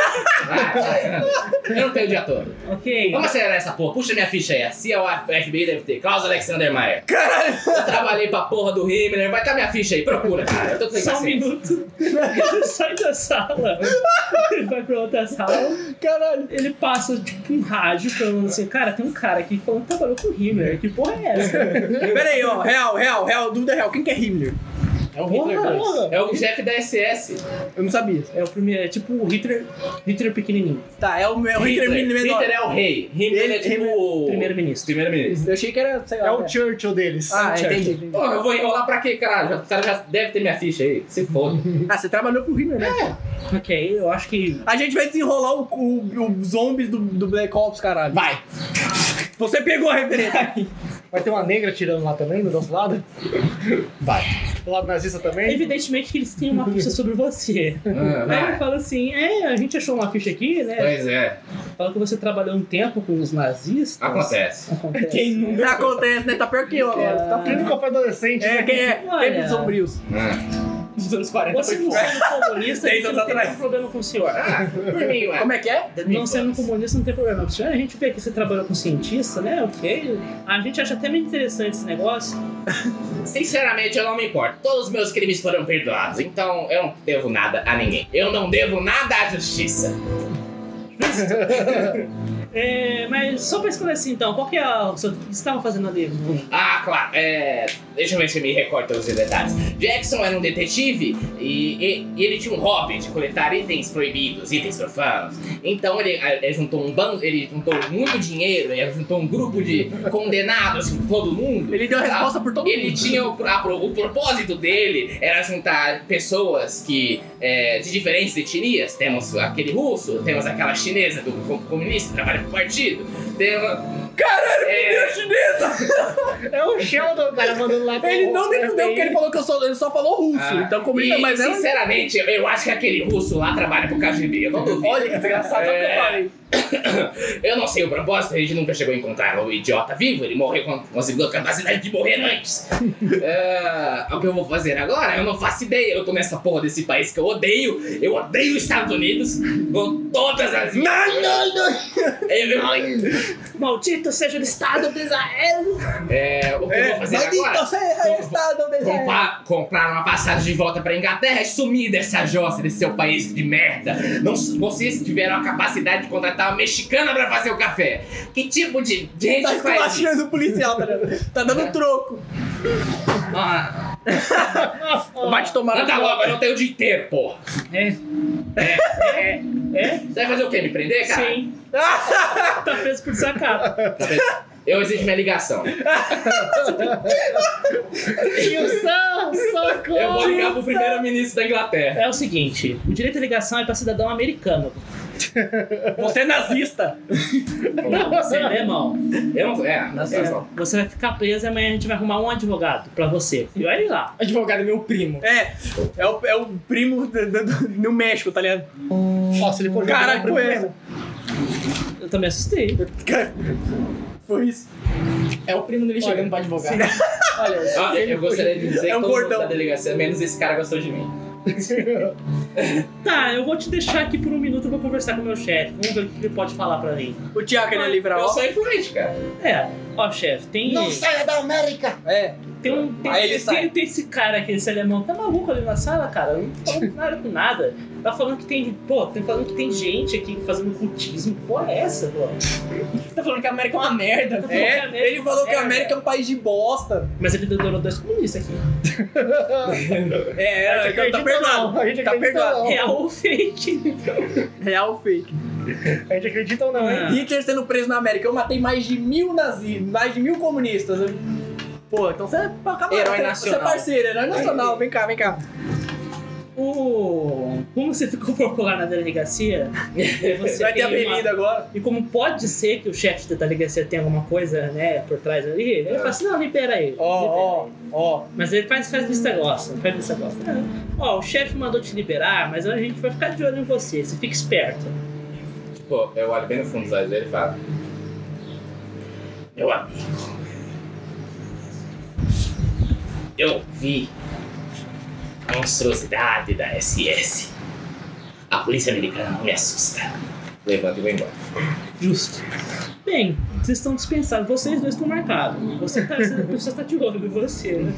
Ah, Eu não tenho o dia todo.
ok.
Vamos acelerar essa porra. Puxa minha ficha aí. A CIA ou a FBI deve ter. Klaus Alexander Maia. Caralho. Eu trabalhei pra porra do Himmler. Vai tá minha ficha aí. Procura, cara. Eu tô sem
Só um
assim.
paciência.
minuto. Ele sai da sala, ele vai pra outra sala. Caralho. Ele passa, tipo, um rádio falando assim: Cara, tem um cara aqui falando que trabalhou com o Himmler. Que porra é essa?
Pera aí, ó. Real, real, real. Dúvida real. Quem que é Himmler?
É o Hitler
Porra,
dois.
porra.
É o chefe da SS.
Eu não sabia.
É o primeiro, é tipo o Hitler, Hitler pequenininho,
Tá, é o, é o Hitler, menor.
Hitler é o rei. Himmler é tipo o.
primeiro-ministro.
Primeiro-ministro.
Eu achei que era, sei lá.
É o
né?
Churchill deles.
Ah,
É o
entendi.
Churchill.
entendi.
Pô, eu vou enrolar pra quê, caralho? Já- O cara já deve ter minha ficha aí. Se foda.
Ah, você trabalhou com o Himmler, né?
Ok, eu acho que.
A gente vai desenrolar o, o, o zombies do, do Black Ops, caralho.
Vai.
Você pegou a referência.
Vai ter uma negra tirando lá também, do nosso lado? Vai. Do lado nazista também?
é Evidentemente que eles têm uma ficha sobre você.
Ah,
Aí ele
vai.
fala assim: É, a gente achou uma ficha aqui, né?
Pois é.
Fala que você trabalhou um tempo com os nazistas.
Acontece.
Acontece.
Quem não?
Acontece, né? Tá pior que eu agora.
Tá frio no café adolescente. né?
É, quem é?
Olha.
Tempos sombrios.
Ah.
Dos anos 40
Você não sendo comunista, a gente
Dez
não
anos
tem
atrás.
nenhum problema com o senhor.
Por mim, ué.
Como é que é?
Não sendo comunista não tem problema. com o senhor. A gente vê que você trabalha com cientista, né? Ok. A gente acha até meio interessante esse negócio.
Sinceramente, eu não me importo. Todos os meus crimes foram perdoados, então eu não devo nada a ninguém. Eu não devo nada à justiça.
É, mas só pra esclarecer então, qual que é a- o senhor o que você estava fazendo ali?
Ah, claro, é. Deixa eu ver se eu me recordo todos os detalhes. Jackson era um detetive e, e- e ele tinha um hobby de coletar itens proibidos, itens profanos. Então ele, eh, ele juntou um bando, ele juntou muito dinheiro, ele juntou um grupo de condenados com todo mundo.
Ele deu a
Ah,
resposta por todo
Ele
mundo.
tinha o, a pro- o propósito dele era juntar pessoas que é, de diferentes etnias. Temos aquele russo, temos aquela chinesa do co- comunista que trabalha pro partido. Temos,
Caralho,
É.
me deu chinesa!
É o Sheldon, cara, mandando lá pro-
Ele não me fudeu porque ele falou que eu sou. Ele só falou russo.
Ah.
Então, como
e,
ele mas ela.
sinceramente, eu, eu acho que aquele russo lá trabalha pro KGB. Eu não duvido.
Olha que desgraçado, sabe o que eu
É.
falei?
Eu não sei o propósito, a gente nunca chegou a encontrar o idiota vivo, ele morreu com conseguiu a capacidade de morrer antes. É, o que eu vou fazer agora? Eu não faço ideia. Eu tô nessa porra desse país que eu odeio. Eu odeio os Estados Unidos com todas as. É, Não, não, não!
Maldito seja o Estado de Israel!
É, o que eu vou fazer agora?
Maldito seja o Estado de Israel.
Compa- comprar uma passagem de volta pra Inglaterra e sumir dessa jossa, desse seu país de merda. Não, vocês tiveram a capacidade de contratar uma mexicana pra fazer o café. Que tipo de gente
Tá
faz isso? É.
esculachando o policial, tá ligado? Tá dando troco.
Ah,
Vai te tomar
Anda logo, eu não tenho o dia inteiro, porra. é,
É.
É.
Você vai fazer o quê? Me prender, cara? Tá
Sim. tá preso por sacado.
Eu exijo minha ligação.
Wilson,
Eu vou
socorro!
ligar pro primeiro-ministro da Inglaterra.
É o seguinte, o direito à ligação é pra cidadão americano.
Você é nazista.
Não, você é alemão.
Eu não. É, não sei. não.
Você vai ficar preso e amanhã a gente vai arrumar um advogado pra você. E olha lá.
Advogado é meu primo.
É, é o, é o primo do- do- do- no México, tá ligado?
Ó, se ele for jogar,
Caralho,
ele vai
foi
pro-
essa.
Eu também assustei.
Foi isso.
É o primo dele chegando pra advogar.
Ah, eu gostaria de dizer
É um
que todo mundo
gordão.
da delegacia, menos esse cara gostou de mim.
Tá, eu vou te deixar aqui por um minuto, eu vou conversar com o meu chefe. Vamos ver o que ele pode falar pra mim.
O Tiago ele é livrar,
Eu
ó.
sou influente, cara.
É, ó, chefe, tem.
saia da América!
É.
Tem um. Tem,
Aí ele
tem-
sai.
tem esse cara aqui, esse alemão, tá maluco ali na sala, cara? Não tá falando nada com nada. Tá falando que tem. Pô, tá falando que tem gente aqui fazendo cultismo. Que Porra, é essa, pô?
tá falando que a América é uma merda.
Tá falando que a
É,
América-
ele falou que a
É,
América é um país de bosta.
Mas ele dedonou dois comunistas aqui.
É, é, então tá
Acredita ou
perdoado.
não? A gente
Tá
acredita
perdoado.
ou não?
Real ou É fake?
Real fake.
A gente acredita ou não, hein?
Ah.
Hitler sendo preso na América. Eu matei mais de mil nazis, mais de mil comunistas. Eu- Pô, então você é camarada,
Herói
você-
nacional.
Você é parceiro, herói nacional. Vem cá, vem cá.
O... Como você ficou popular na delegacia? Você
Vai ter
tem uma-
apelido agora.
E como pode ser que o chefe da delegacia tenha alguma coisa, né, por trás ali, ele fala assim, não, libera aí.
É. Ah, Ó, ó, ó.
Mas ele faz, faz vista grossa, faz vista grossa. Ah, Ó, o chefe mandou te liberar, mas a gente vai ficar de olho em você, você fica esperto.
Tipo, eu olho bem no fundo dos olhos dele e falo. Meu amigo. Eu vi a monstruosidade da SS. A polícia americana não me assusta. Levanta e vai embora.
Justo. Bem, vocês estão dispensados, vocês dois estão marcados. Você tá, essa pessoa tá de olho em você, né?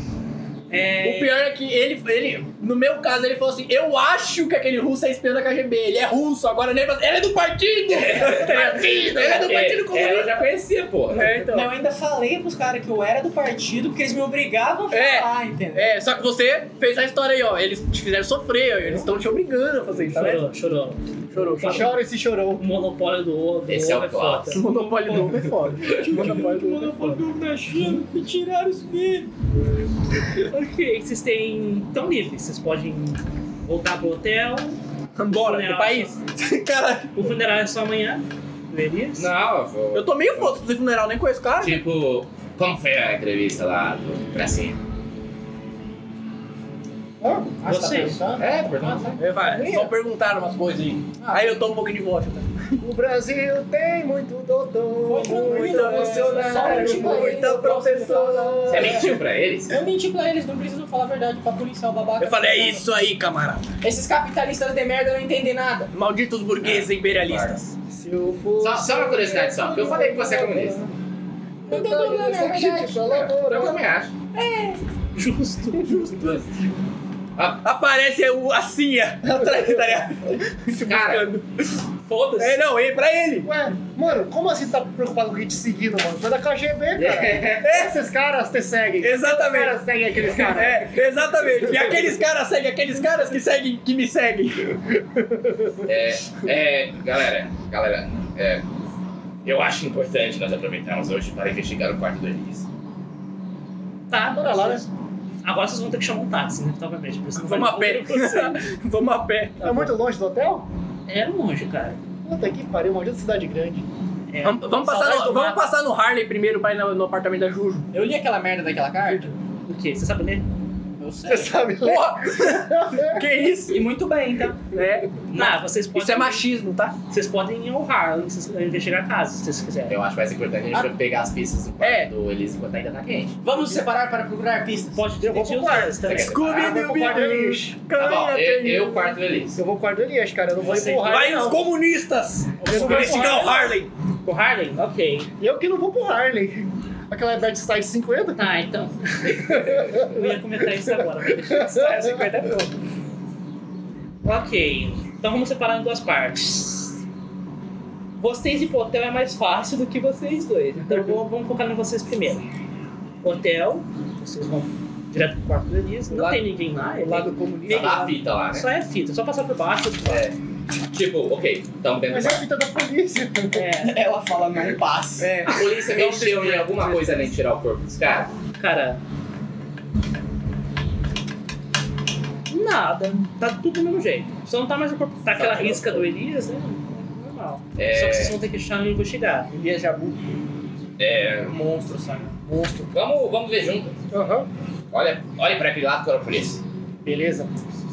O pior é que ele, ele, no meu caso, ele falou assim: Eu acho que aquele russo é espião da KGB, ele é russo, agora nem ele é do partido! ele é do Partido
É, eu
Comunista!
já conhecia, porra.
É, então.
Não, eu ainda falei pros caras que eu era do partido, porque eles me obrigavam a
É.
falar, entendeu?
É, só que você fez a história aí, ó. Eles te fizeram sofrer, ó, eles estão te obrigando a fazer isso, tá
Chorou,
vendo?
chorou.
Chorou, chorou.
Chora esse chorou.
O monopólio do ovo,
Esse é
ovo
o plot.
foda.
Monopólio novo é foda. Monopólio novo é foda.
Na China, me tiraram os filhos.
Ok, vocês têm. tão livres, vocês podem voltar pro hotel.
Vambora,
Funeral
pro país. Cara,
O funeral é só amanhã. Deveria?
Não, eu vou.
eu tô meio foda fazer funeral, nem conheço o cara.
Tipo, como foi a entrevista lá do Brasil?
Ah, você tá
Vocês.
perguntando?
É, portanto.
É, vai, só perguntaram umas coisas aí. Aí eu tô um pouquinho de volta.
O Brasil tem muito doutor, muito
só um
funcionário,
minutinho aí,
muita
eu posso
professora.
Você mentiu pra eles?
Eu menti pra eles, não precisam falar a verdade pra policial babaca.
Eu falei: É isso aí, camarada.
Esses capitalistas de merda não entendem nada.
Malditos burgueses imperialistas.
Se eu fosse...
Só, só uma curiosidade só, porque eu falei que você é comunista.
Não
Então,
tem problema, é verdade.
Eu também acho.
Justo.
Aparece o, a Cinha atrás, tá ligado? Se
Cara,
buscando.
Foda-se.
É, não, é pra ele.
Ué, mano, como assim tá preocupado com quem te seguindo, mano? Tu é da KGB, cara. Esses caras te seguem. Os
Exatamente.
caras seguem aqueles caras.
É, exatamente. E aqueles caras seguem aqueles caras que seguem, que me seguem.
É, é, galera, galera, é, eu acho importante nós aproveitarmos hoje para investigar o quarto do Elias.
Tá,
Bora lá, né?
Agora vocês vão ter que chamar um táxi, né? Provavelmente. porque senão
Vamos
vai
a pé.
tudo você.
Vamos a pé.
É muito longe do hotel?
É longe, cara.
Puta que pariu, maldita cidade grande.
É.
Vamos, vamos passar,
Saudade
no,
do
vamos
mato.
passar no Harley primeiro pra ir no, no apartamento da Juju.
Eu li aquela merda daquela carta.
O quê? Você sabe ler?
Eu sei.
Você sabe né? ler?
Porra! que isso?
E muito bem, então.
É,
Não, Ah, vocês podem.
isso é machismo, tá?
Vocês podem ir ao Harlem, vocês- investigar casos, se vocês quiserem.
Eu acho mais importante a gente pegar as pistas do quarto
É.
do Elias enquanto ainda tá quente.
Vamos nos separar para procurar pistas.
Pode dividir os dois também.
Ah,
eu vou pro quarto do Elias.
Tá bom,
Canha,
eu,
tem-
eu o quarto do Elias.
Eu vou pro quarto do Elias, cara. Eu não vou ir
Você
pro
Vai
Harley,
os
não.
comunistas!
Eu vou
Investigar o Harley!
O Harlem? Ok.
Eu que não vou pro Harley. Aquela Bert Style 50?
Tá, então. Eu ia comentar isso agora, mas deixa eu sair, 50 é pouco. Ok, então vamos separar em duas partes. Vocês ir pro hotel é mais fácil do que vocês dois, então eu vou- vamos focar em vocês primeiro. Hotel, vocês vão direto pro quarto do Elias. Não
Lá-
tem ninguém lá.
O
Ele
lado
Tá
comunista.
lá a fita lá, né?
Só é fita, só passar por baixo.
É.
Tipo, ok, estamos dentro do
Mas é a fita da polícia.
É,
Ela fala não passa.
quarto. A polícia mexeu em alguma coisa além de tirar o corpo dos caras?
cara. Nada. Tá tudo do mesmo jeito. Só não tá mais o corpo. Tá aquela
melhor.
risca do Elias, né? Normal.
É.
Só que vocês vão ter que achar um e investigar.
Ele é jabu.
É.
Monstro, sabe? Monstro.
Vamos, vamos ver junto.
Aham.
Olha, olha pra aquele lado que era a polícia.
Beleza.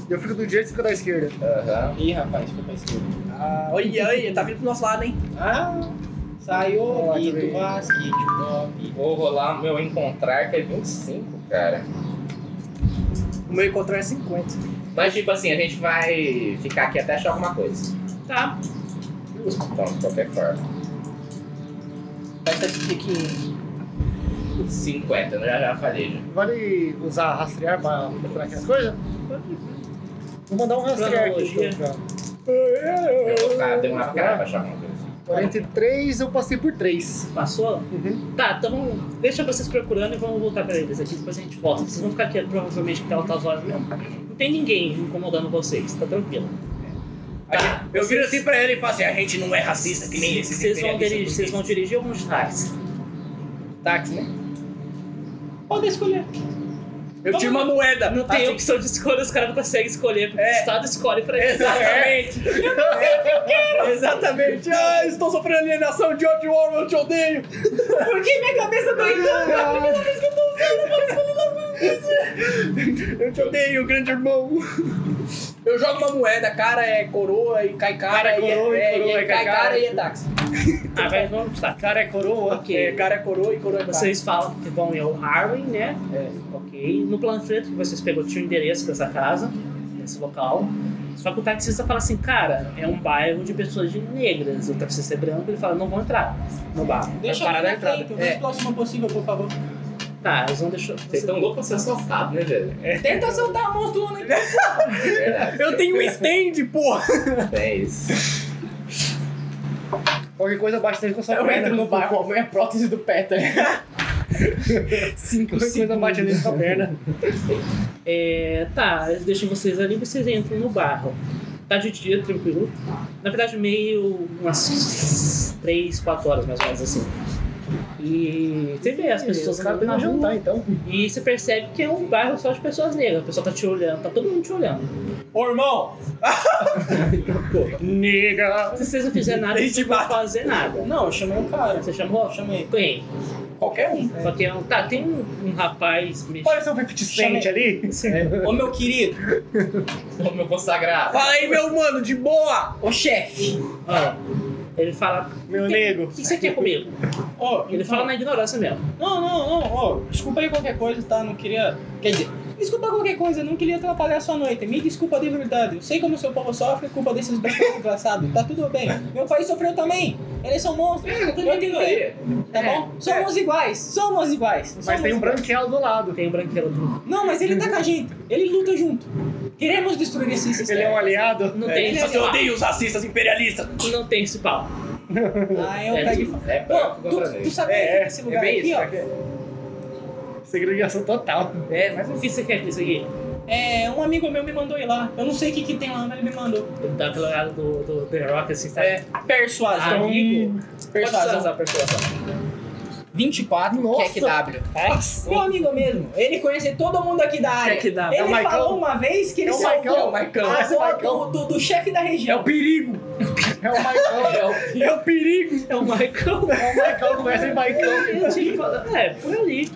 Eu fico do direito e fico da esquerda.
Aham.
Ih, rapaz, foi pra esquerda.
Ah,
Olha, olha, tá vindo pro nosso lado, hein? tá
Ah, saiu
Olá, tudo
Guido
bem?
Vasquito.
Vou rolar meu encontrar, que é 25, cara.
O meu encontrar é 50.
Mas, tipo assim, a gente vai ficar aqui até achar alguma coisa.
Tá.
Então, de qualquer forma.
Vai ser de 500.
50, eu né? já, já falei. já.
Vale usar rastrear pra procurar aqui as coisas? Vou mandar um rastrear aqui.
Cronologia.
então, pra-
Eu vou ficar demorando pra caralho pra achar alguma coisa.
43 eu passei por 3.
Passou?
Uhum.
Tá, então deixa vocês procurando e vamos voltar pra eles aqui, depois a gente volta. Vocês vão ficar aqui provavelmente até altas horas mesmo. Não tem ninguém incomodando vocês, tá tranquilo. Tá,
Eu viro assim pra ele e falo assim: a gente não é racista que nem esse.
vocês vão,
imperialista
dirigir, vocês vão dirigir ou vão de táxi?
táxi, né?
Pode escolher.
Eu tiro uma moeda.
Não tem
assim, É.
opção de escolha, os caras não conseguem escolher, porque o Estado escolhe pra eles.
Exatamente. Exatamente. Ah, estou sofrendo alienação de George Orwell, eu te odeio.
Por que minha cabeça tá entrando? É a primeira vez que eu tô usando.
Eu te odeio, grande irmão. Eu jogo uma moeda, cara é coroa e cai cara,
Cara é
e, é-
coroa e
é,
coroa
e é cai
e cai
cara,
cara.
e é táxi.
Ah, vai, vamos de
Tá.
táxi.
Cara é coroa.
Ok.
É, cara é coroa e coroa é táxi.
Vocês falam que vão em o Harwin, né?
É.
Ok. No panfleto que vocês pegou tinha o endereço dessa casa, desse local. Só que o taxista fala assim, cara, é um bairro de pessoas de negras. O taxista é branco, ele fala, não vão entrar no bar.
Deixa
É
Vai
eu
parar na
na
entrada.
frente, o mais próximo possível, por favor.
Tá, eles vão deixar.
Vocês estão loucos pra ser assaltados, né, velho? É
Tenta soltar a mão né? do ano aí.
verdade.
Eu tenho um stand, porra.
É isso.
Qualquer coisa baixa dele com a sua perna.
no bar com a minha prótese do pé, tá ligado? Cinco
Qualquer coisa baixa dele com a perna.
É, tá, eles deixam vocês ali e vocês entram no barro. Tá de dia, tranquilo. Na verdade, meio umas 3, 4 horas mais ou menos assim. E você vê as pessoas
Os caras
andando na
podem
rua
jantar então.
e você percebe que é um bairro só de pessoas negras. O pessoal tá te olhando, tá todo mundo te olhando.
Ô, irmão.
Nega!
Se vocês não fizerem nada,
Eles
vocês
te
não vão
matam.
fazer nada.
Não, eu chamei um cara.
Você chamou?
Chamei.
Quem?
Qualquer um.
Só que é um- tá, tem um, um rapaz mexendo.
Parece um 50 Cent
Chamei-
ali.
Ô, meu querido.
Ô, meu consagrado.
Fala aí, meu mano, de boa. Ô, chefe.
um
Ó, ele fala:
Meu
Que- O
nego.
que que você quer comigo?
Ó, então,
Ele fala na ignorância mesmo.
Não, não, não, ó, desculpa aí qualquer coisa, tá? Não queria. Quer dizer, desculpa qualquer coisa, não queria atrapalhar a sua noite. Me desculpa de verdade. Eu sei como o seu povo sofre, culpa desses brasileiros engraçados. Tá tudo bem. Meu país sofreu também. Eles são monstros. eu tentei, tá bom?
é,
Somos iguais, somos iguais.
Mas
somos
tem um
iguais.
branquelo do lado.
Tem um branquelo do
Não, mas ele tá com a gente. Ele luta junto. Queremos destruir esse sistema.
Ele é um aliado.
Não
É,
tem
ele
esse
fala assim, eu
pau.
odeio os racistas imperialistas.
Não tem esse pau.
Ah, eu
É,
pego e
tu-
falo.
É branco
Pô,
contra
tu, tu
negro.
sabe
É,
esse lugar
bem
aqui,
isso,
ó?
Segregação total.
É, mas
O que você quer com isso aqui?
É, um amigo meu me mandou ir lá. Eu não sei o que, que tem lá, mas ele me mandou.
Ele dá aquela olhada do, do The Rock assim, sabe?
É, persuasão.
Amigo,
Persuasão.
a persuasão.
24,
Nossa.
Keck W.
Meu amigo mesmo. Ele conhece todo mundo aqui da área.
que dá?
Ele
É o Maicão?
falou uma vez que ele
É o
salvou
Maicão,
Maicão.
a
Esse é o
avó
Maicão.
do, do, do chefe da
É
região.
o perigo.
É o Maicão.
É o perigo.
É o Michael.
É o Maicão, começa em Maicão.
Eu tinha que falar. É, por ali.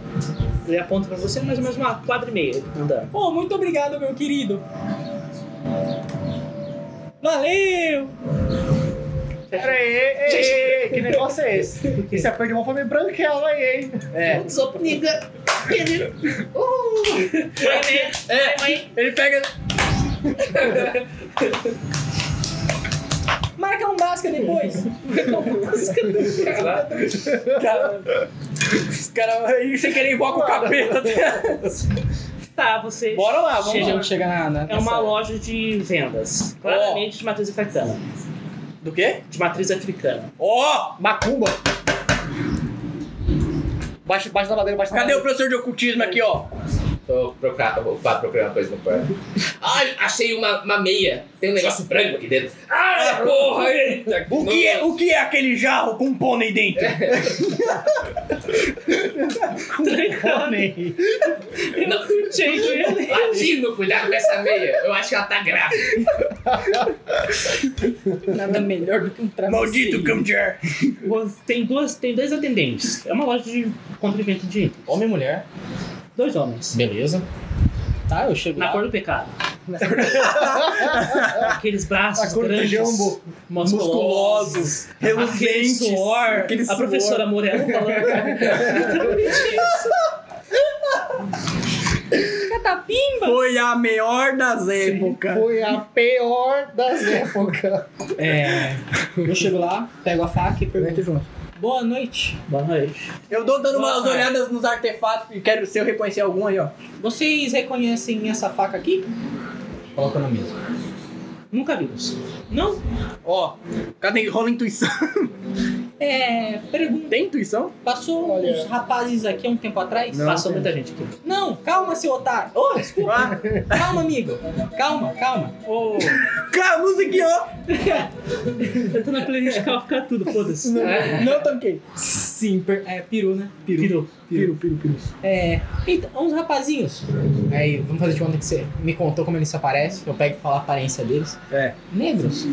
Ele aponta pra você é mais ou menos uma quadra e meia andando.
Pô, muito obrigado, meu querido. Valeu!
Pera aí, ei, ei, ei, ei, que negócio é esse? Esse é perdeu uma fome branquela aí, hein?
É.
Sou nigga.
É, ele pega.
Marca um basca depois.
Os caras aí sem querer invoca o capeta.
Tá, você.
Bora lá, vamos
chega-
lá. Chega na,
É uma loja de vendas. Claramente de matriz africana.
Do quê?
De matriz africana.
Ó!
Macumba! Baixo, baixo da madeira, baixo da
cadê o
madeira.
professor de ocultismo aqui, ó?
Tô procurando, ocupado procurando coisa no quarto. Ai, achei uma, uma meia. Tem um negócio branco aqui dentro. Ah, porra! Eita,
O que, é, o que é aquele jarro com pônei dentro?
Pônei.
Não, Latino, cuidado com essa meia. Eu acho que ela tá grávida.
Nada melhor do que um travesseiro.
Maldito Gamjar!
Tem, duas, tem dois atendentes. É uma loja de compra e venda de itens.
Homem e mulher.
Dois homens.
Beleza. Tá, eu chego
Na
lá.
cor do pecado. Aqueles braços
A cor do
grandes,
jumbo.
musculosos. Aquele
reluzentes,
suor.
aquele
a
suor.
professora Morello falando.
Catapimbas.
Foi a melhor das épocas.
Foi a pior das épocas.
é.
Eu chego lá, pego a faca e pergunto.
junto.
Boa noite.
Boa noite.
Eu dou dando umas
Nossa.
olhadas nos artefatos e quero se eu reconhecer algum aí, ó.
Vocês reconhecem essa faca aqui? Coloca na mesa.
Nunca vimos. Não?
Ó, cadê? Rola intuição.
É. Pergunta.
Tem intuição?
Passou
Olha.
uns rapazes aqui há um tempo atrás?
Passou muita gente aqui.
Não, calma, seu otário. Ô, desculpa. calma, amigo. Calma, calma. Ô,
Cara, a música, Ah, ó.
Eu tô na playlist Call ficar tudo, foda-se.
Não tanquei.
sim, per- é peru, né?
Pirou.
Piro, piro, piro.
É. Então, uns rapazinhos. Aí, vamos fazer de conta que você me contou como eles se aparecem. Eu pego e falo a aparência deles.
É.
Negros?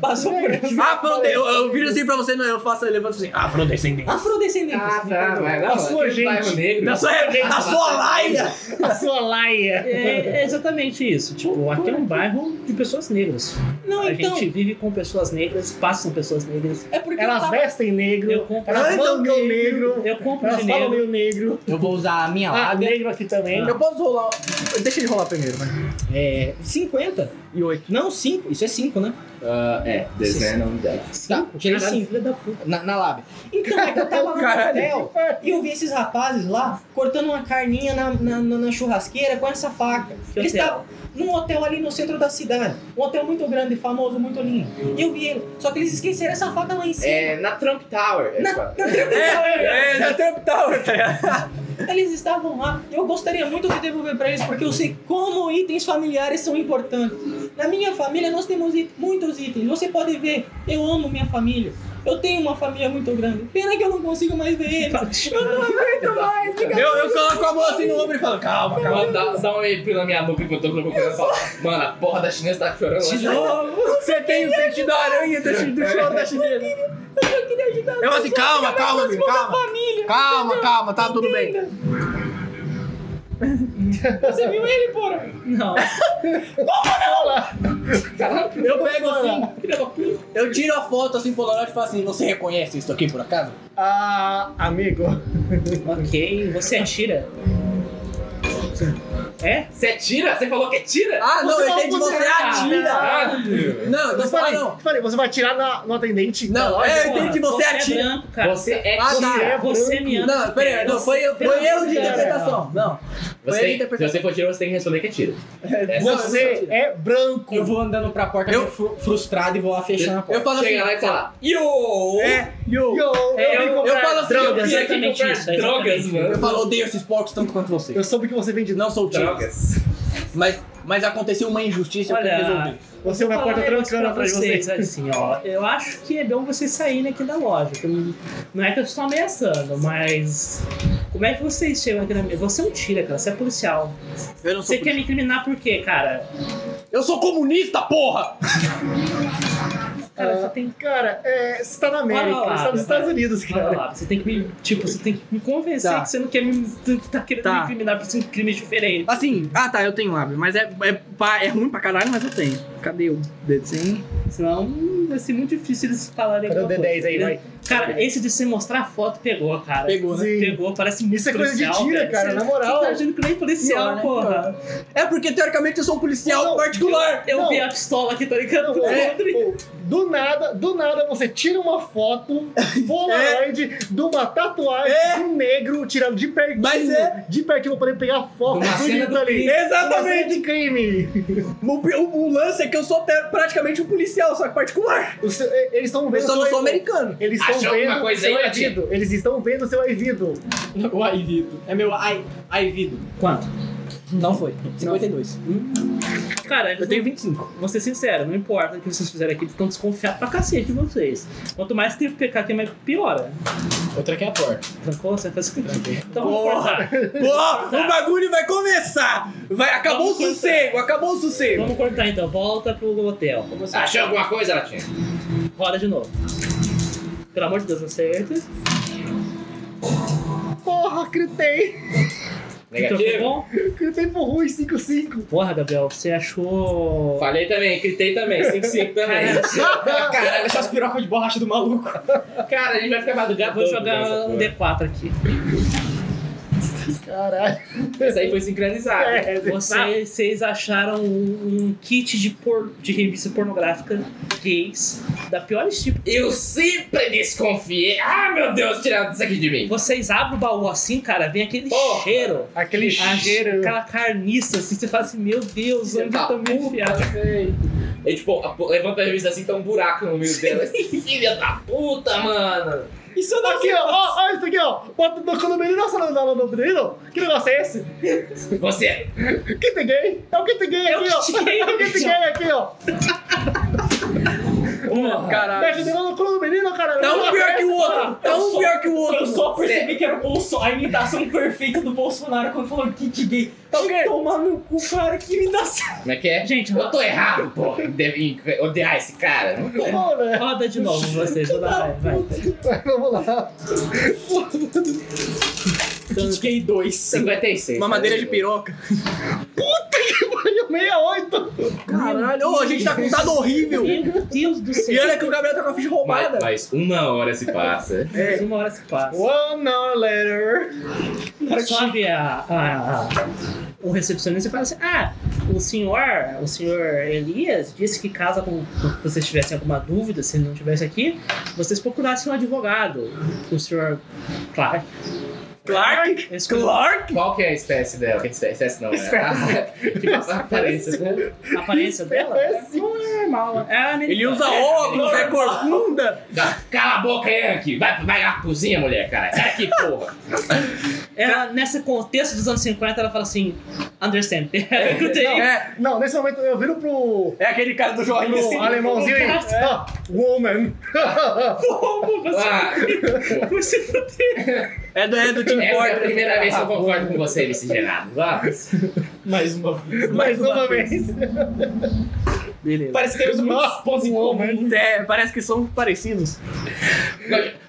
Passou por aqui.
Afrodescendente. Ah, Eu, eu viro assim pra você, não, eu faço, eu levanto assim. Afrodescendente.
Afrodescendentes.
Ah, tá, vai
A sua gente.
A sua, a sua laia.
A sua laia.
É, é exatamente isso. Tipo, aqui é um bairro de pessoas negras.
Não,
A
então.
gente vive com pessoas negras, passam pessoas negras.
É porque eu
Elas
tava-
vestem negro.
Eu compro,
Elas
Andam
mandam negro.
eu compro
Elas
de
falam
negro.
meio negro.
Eu vou usar a minha
Ah,
lábia.
negro aqui também.
Eu posso rolar. Deixa ele rolar primeiro, vai.
É. 50?
E oito.
Não, 5. Isso é 5, né?
é,
desenho
não dá.
Tá, tirei
Caralho,
5.
filha da puta.
Na, na lábia. Então, é que eu tava lá no
Caralho.
hotel e eu vi esses rapazes lá cortando uma carninha na, na, na- na churrasqueira com essa faca.
Que
eles
hotel?
estavam num hotel ali no centro da cidade. Um hotel muito grande, famoso, muito lindo. E eu vi eles. Só que eles esqueceram essa faca lá em cima.
É, na Trump Tower.
Na-
Na...
É, na Trump Tower, tá ligado?
Eles estavam lá. Eu gostaria muito de devolver pra eles, porque eu sei como itens familiares são importantes. Na minha família, nós temos it- muitos itens. Você pode ver, eu amo minha família. Eu tenho uma família muito grande. Pena que eu não consigo mais ver eles. Eu não aguento mais.
Eu, eu coloco a mão assim no ombro e falo, calma, calma.
Mano, dá, dá um EP na minha nuca enquanto eu tô procurando. Fala, Mano, a porra da chinesa tá chorando.
De
é
novo. Você tem o sentido aranha do, chi- do choro da chinesa.
Eu queria ajudar.
Eu assim, calma, calma, amigo, calma.
Família,
Calma, calma, tá tudo bem.
você viu ele, porra?
Não.
Eu pego assim, filha da puta. Eu tiro a foto assim, Polaroid e falo assim, você reconhece isso aqui por acaso?
Ah, amigo.
ok, você atira. É?
Você atira? Você falou que é atira?
Ah, não,
Você
eu
não
entendi, você
poderá.
atira. Ah, Não, eu
Eu
tô falando,
falei,
não.
eu falei, você vai tirar na- no atendente?
Não, é, eu
Porra,
entendi, você
Você é
atira.
branco, cara.
Você é
Ah,
atira.
Você,
é
você me ama.
Não, pera aí, não, foi, foi erro de
Cara,
interpretação. Não. Foi erro de
Você, se
interpretação.
você for tirar, você tem que responder que é atira.
Não, eu
Você
não-
é branco.
Eu vou andando pra porta
Eu-
meio fru- frustrado e vou lá fechando a porta.
Eu falo assim,
Chega lá e fala.
Yo!
é, yo.
Yo, eu vim comprar
eu falo assim, eu
drogas.
Tem
vim
que
Exatamente
comprar
isso, é
drogas,
exatamente.
mano.
Eu falo, odeio esses porcos tanto quanto você.
Eu soube que você vende.
Não sou o tio.
Drogas.
Mas, mas aconteceu uma injustiça, eu quero resolver.
Olha,
Você é uma
vou falar
porta
um negócio
trancando
pra
atrás de
vocês,
você.
Assim, ó, eu acho que é bom vocês saírem aqui da loja. que eu não- não é que eu estou ameaçando, mas. Como é que vocês chegam aqui na minha. Você não tira, cara, você é policial.
Eu não sou
Você quer me incriminar por quê, cara?
Eu sou comunista, porra!
Cara,
Ah,
você tem.
Cara, é, você tá na
Olha lá,
América, você tá
cara.
nos Estados Unidos,
Olha
cara.
lá, você tem que me. Tipo, você tem que me convencer
Tá.
que você não quer me. que Tá querendo
Tá.
me incriminar por ser um crime diferente.
Assim, ah tá, eu tenho lábio, mas é, é, pá, é ruim pra caralho, mas eu tenho. Cadê o desenho?
Senão hum, vai ser muito difícil eles falarem
Cadê o
alguma
D10 aí,
coisa,
vai?
Cara, esse de você mostrar a foto pegou, cara.
Pegou,
né?
Pegou, parece muito
Isso é coisa de
policial,
tira,
velho.
cara,
Você-
na moral.
Você tá agindo que nem policial,
Pior, né?
porra.
É porque teoricamente eu sou um policial
Não,
particular!
Eu
Não.
vi a pistola aqui, tá ligado?
Não, é,
Podre.
pô, do nada, do nada você tira uma foto polaroid de uma tatuagem
É.
de um negro tirando de pertinho,
Mas é.
de pertinho pra poder pegar a foto
De uma cena
negro
do
ali.
crime.
Uma cena de crime.
O, o- o lance é que eu sou te- praticamente um policial, só que particular!
O seu- e- eles estão
Eu
vendo
só não
sua-
sou americano.
Eles
A
estão
Achou alguma
vendo
coisa
seu
aí, Latinha?
Aivido. Eles estão vendo seu Aivido.
O Aivido. É meu Ai, Aivido.
Quanto?
Não foi. 52.
Cara,
Eu tenho 25.
Vou ser sincero, não importa o que vocês fizeram aqui, eles estão desconfiados pra cacete de vocês. Quanto mais tempo ficar aqui, mais piora.
Eu tranquei a porta.
Trancou? Você faz o quê? Então vamos cortar.
Pô, o bagulho vai começar! Vai, acabou
Vamos
o sossego, acabou o sossego.
Vamos cortar então. Volta pro hotel.
Achou alguma coisa, Latinha?
Então, Roda de novo. Pelo amor de Deus, acerta. Então, tá
Porra, critei.
Então,
Negativo?
bom?
Critei por ruim, 5-5.
Porra, Gabriel, você achou.
Falei também, gritei também, 5-5 também.
Caralho, essas pirocas de borracha do maluco.
Cara, a gente vai ficar
Eu
madrugado.
vou jogar um D4 aqui.
Caralho.
Isso aí foi sincronizado.
É, sabe?
Você- Vocês acharam um, um kit de, por- de revista pornográfica gays da pior tipo.
Eu sempre desconfiei. Ah, meu Deus, tiraram isso aqui de mim.
Vocês abrem o baú assim, cara, vem aquele
Porra.
cheiro.
Aquele
A-
Ah, cheiro.
Aquela carniça, assim, você fala assim, meu Deus,
Filho
onde
da
eu tô me enfiado?
E tipo, a- levanta a revista assim, tá um buraco no meio dela. Filha da puta, mano.
Isso daqui, ó. Ó, ó, isso aqui, ó. Bota o condomínio na sala da do menino. Que negócio é esse?
Você.
Kit gay. É o kit gay aqui, ó. É o kit gay aqui, ó. Tá
Caralho.
ajudando no cu do menino, cara.
Tá um pior que o outro! Tá um pior que o outro!
Eu só percebi que era o Bolsonaro, a imitação perfeita do Bolsonaro quando falou kit gay.
Tá o quê?
Tomar no cu, cara, que imitação.
Como é que é?
Gente,
Eu tô errado, pô. em deve- em odiar esse cara.
Pô, velho.
roda de novo vocês, vou dar vai. vai.
Vamos lá.
Kit Gay 2.
56.
Uma madeira de
piroca.
piroca.
Foi o 68.
Caralho, ô, a gente tá com um dado horrível.
Meu Deus do
E
céu,
olha que o Gabriel tá com a ficha roubada.
Mas, mas uma hora se passa.
É.
mais uma hora se passa.
One hour later.
sobe a, a- a- o recepcionista e fala assim: Ah, o senhor, o senhor Elias disse que caso com- vocês tivessem alguma dúvida, se ele não estivesse aqui, vocês procurassem um advogado. O senhor Clark.
Clark?
Esse-
Clark?
Qual que é a espécie dela? Que espécie, espécie não, né? que passa aparências, né?
A aparência dela não é normal. É a
Ele
americana.
usa óculos, é corcunda.
Ca- Cala a boca, Yankee! Vai, vai lá pra cozinha, mulher, cara. Sai aqui, porra.
Ela, é nesse contexto dos anos 50, ela fala assim: Understand. Escutei.
É,
Não, nesse momento eu viro pro,
é aquele cara do joinha assim.
pro alemãozinho aí. Ah, woman.
Ah,
Você
É do, é do Tim
essa é a
Ford.
primeira vez que eu concordo com você, miscigenado. Vamos.
Mais uma.
Mais uma vez.
Parece que temos muitos pontos em comum.
É, parece que são parecidos.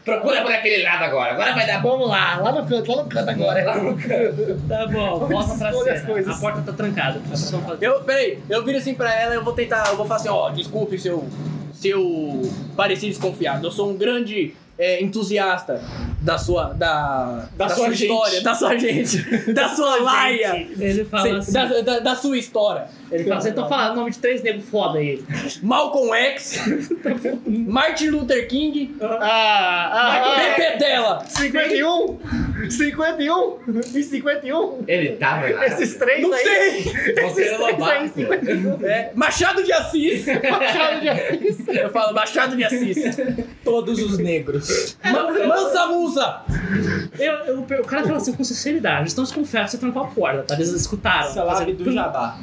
Procura por aquele lado agora. Agora vai dar bom.
Vamos lá, Tá lá no canto, lá no canto agora.
Tá bom, volta pra
Escolha as
cena.
coisas.
A porta tá trancada. Vocês vão fazer.
Eu, peraí, eu viro assim pra ela, eu vou tentar, eu vou falar assim, ó, desculpe se eu, se eu parecer desconfiado, eu sou um grande é, entusiasta da sua, da,
Da sua gente.
história, da sua gente, da sua laia,
Ele fala
Sim,
assim.
da, da, da sua história.
Ele fala assim, então fala o nome de três negros foda aí.
Malcolm X, Martin Luther King,
Ah, ah, ah.
Pepe Della.
51? 51? E 51?
Ele tava lá.
Esses três
Não
aí.
sei!
Você
Esses
é
três aí,
lobato.
51.
É, Machado de Assis!
Machado de Assis.
Eu falo Machado de Assis.
Todos os negros.
Ma- Mansa Musa!
Eu, eu- o cara fala assim com sinceridade, estão desconfiados, você trancou a porta, tá? Eles escutaram.
Salame do Jabá.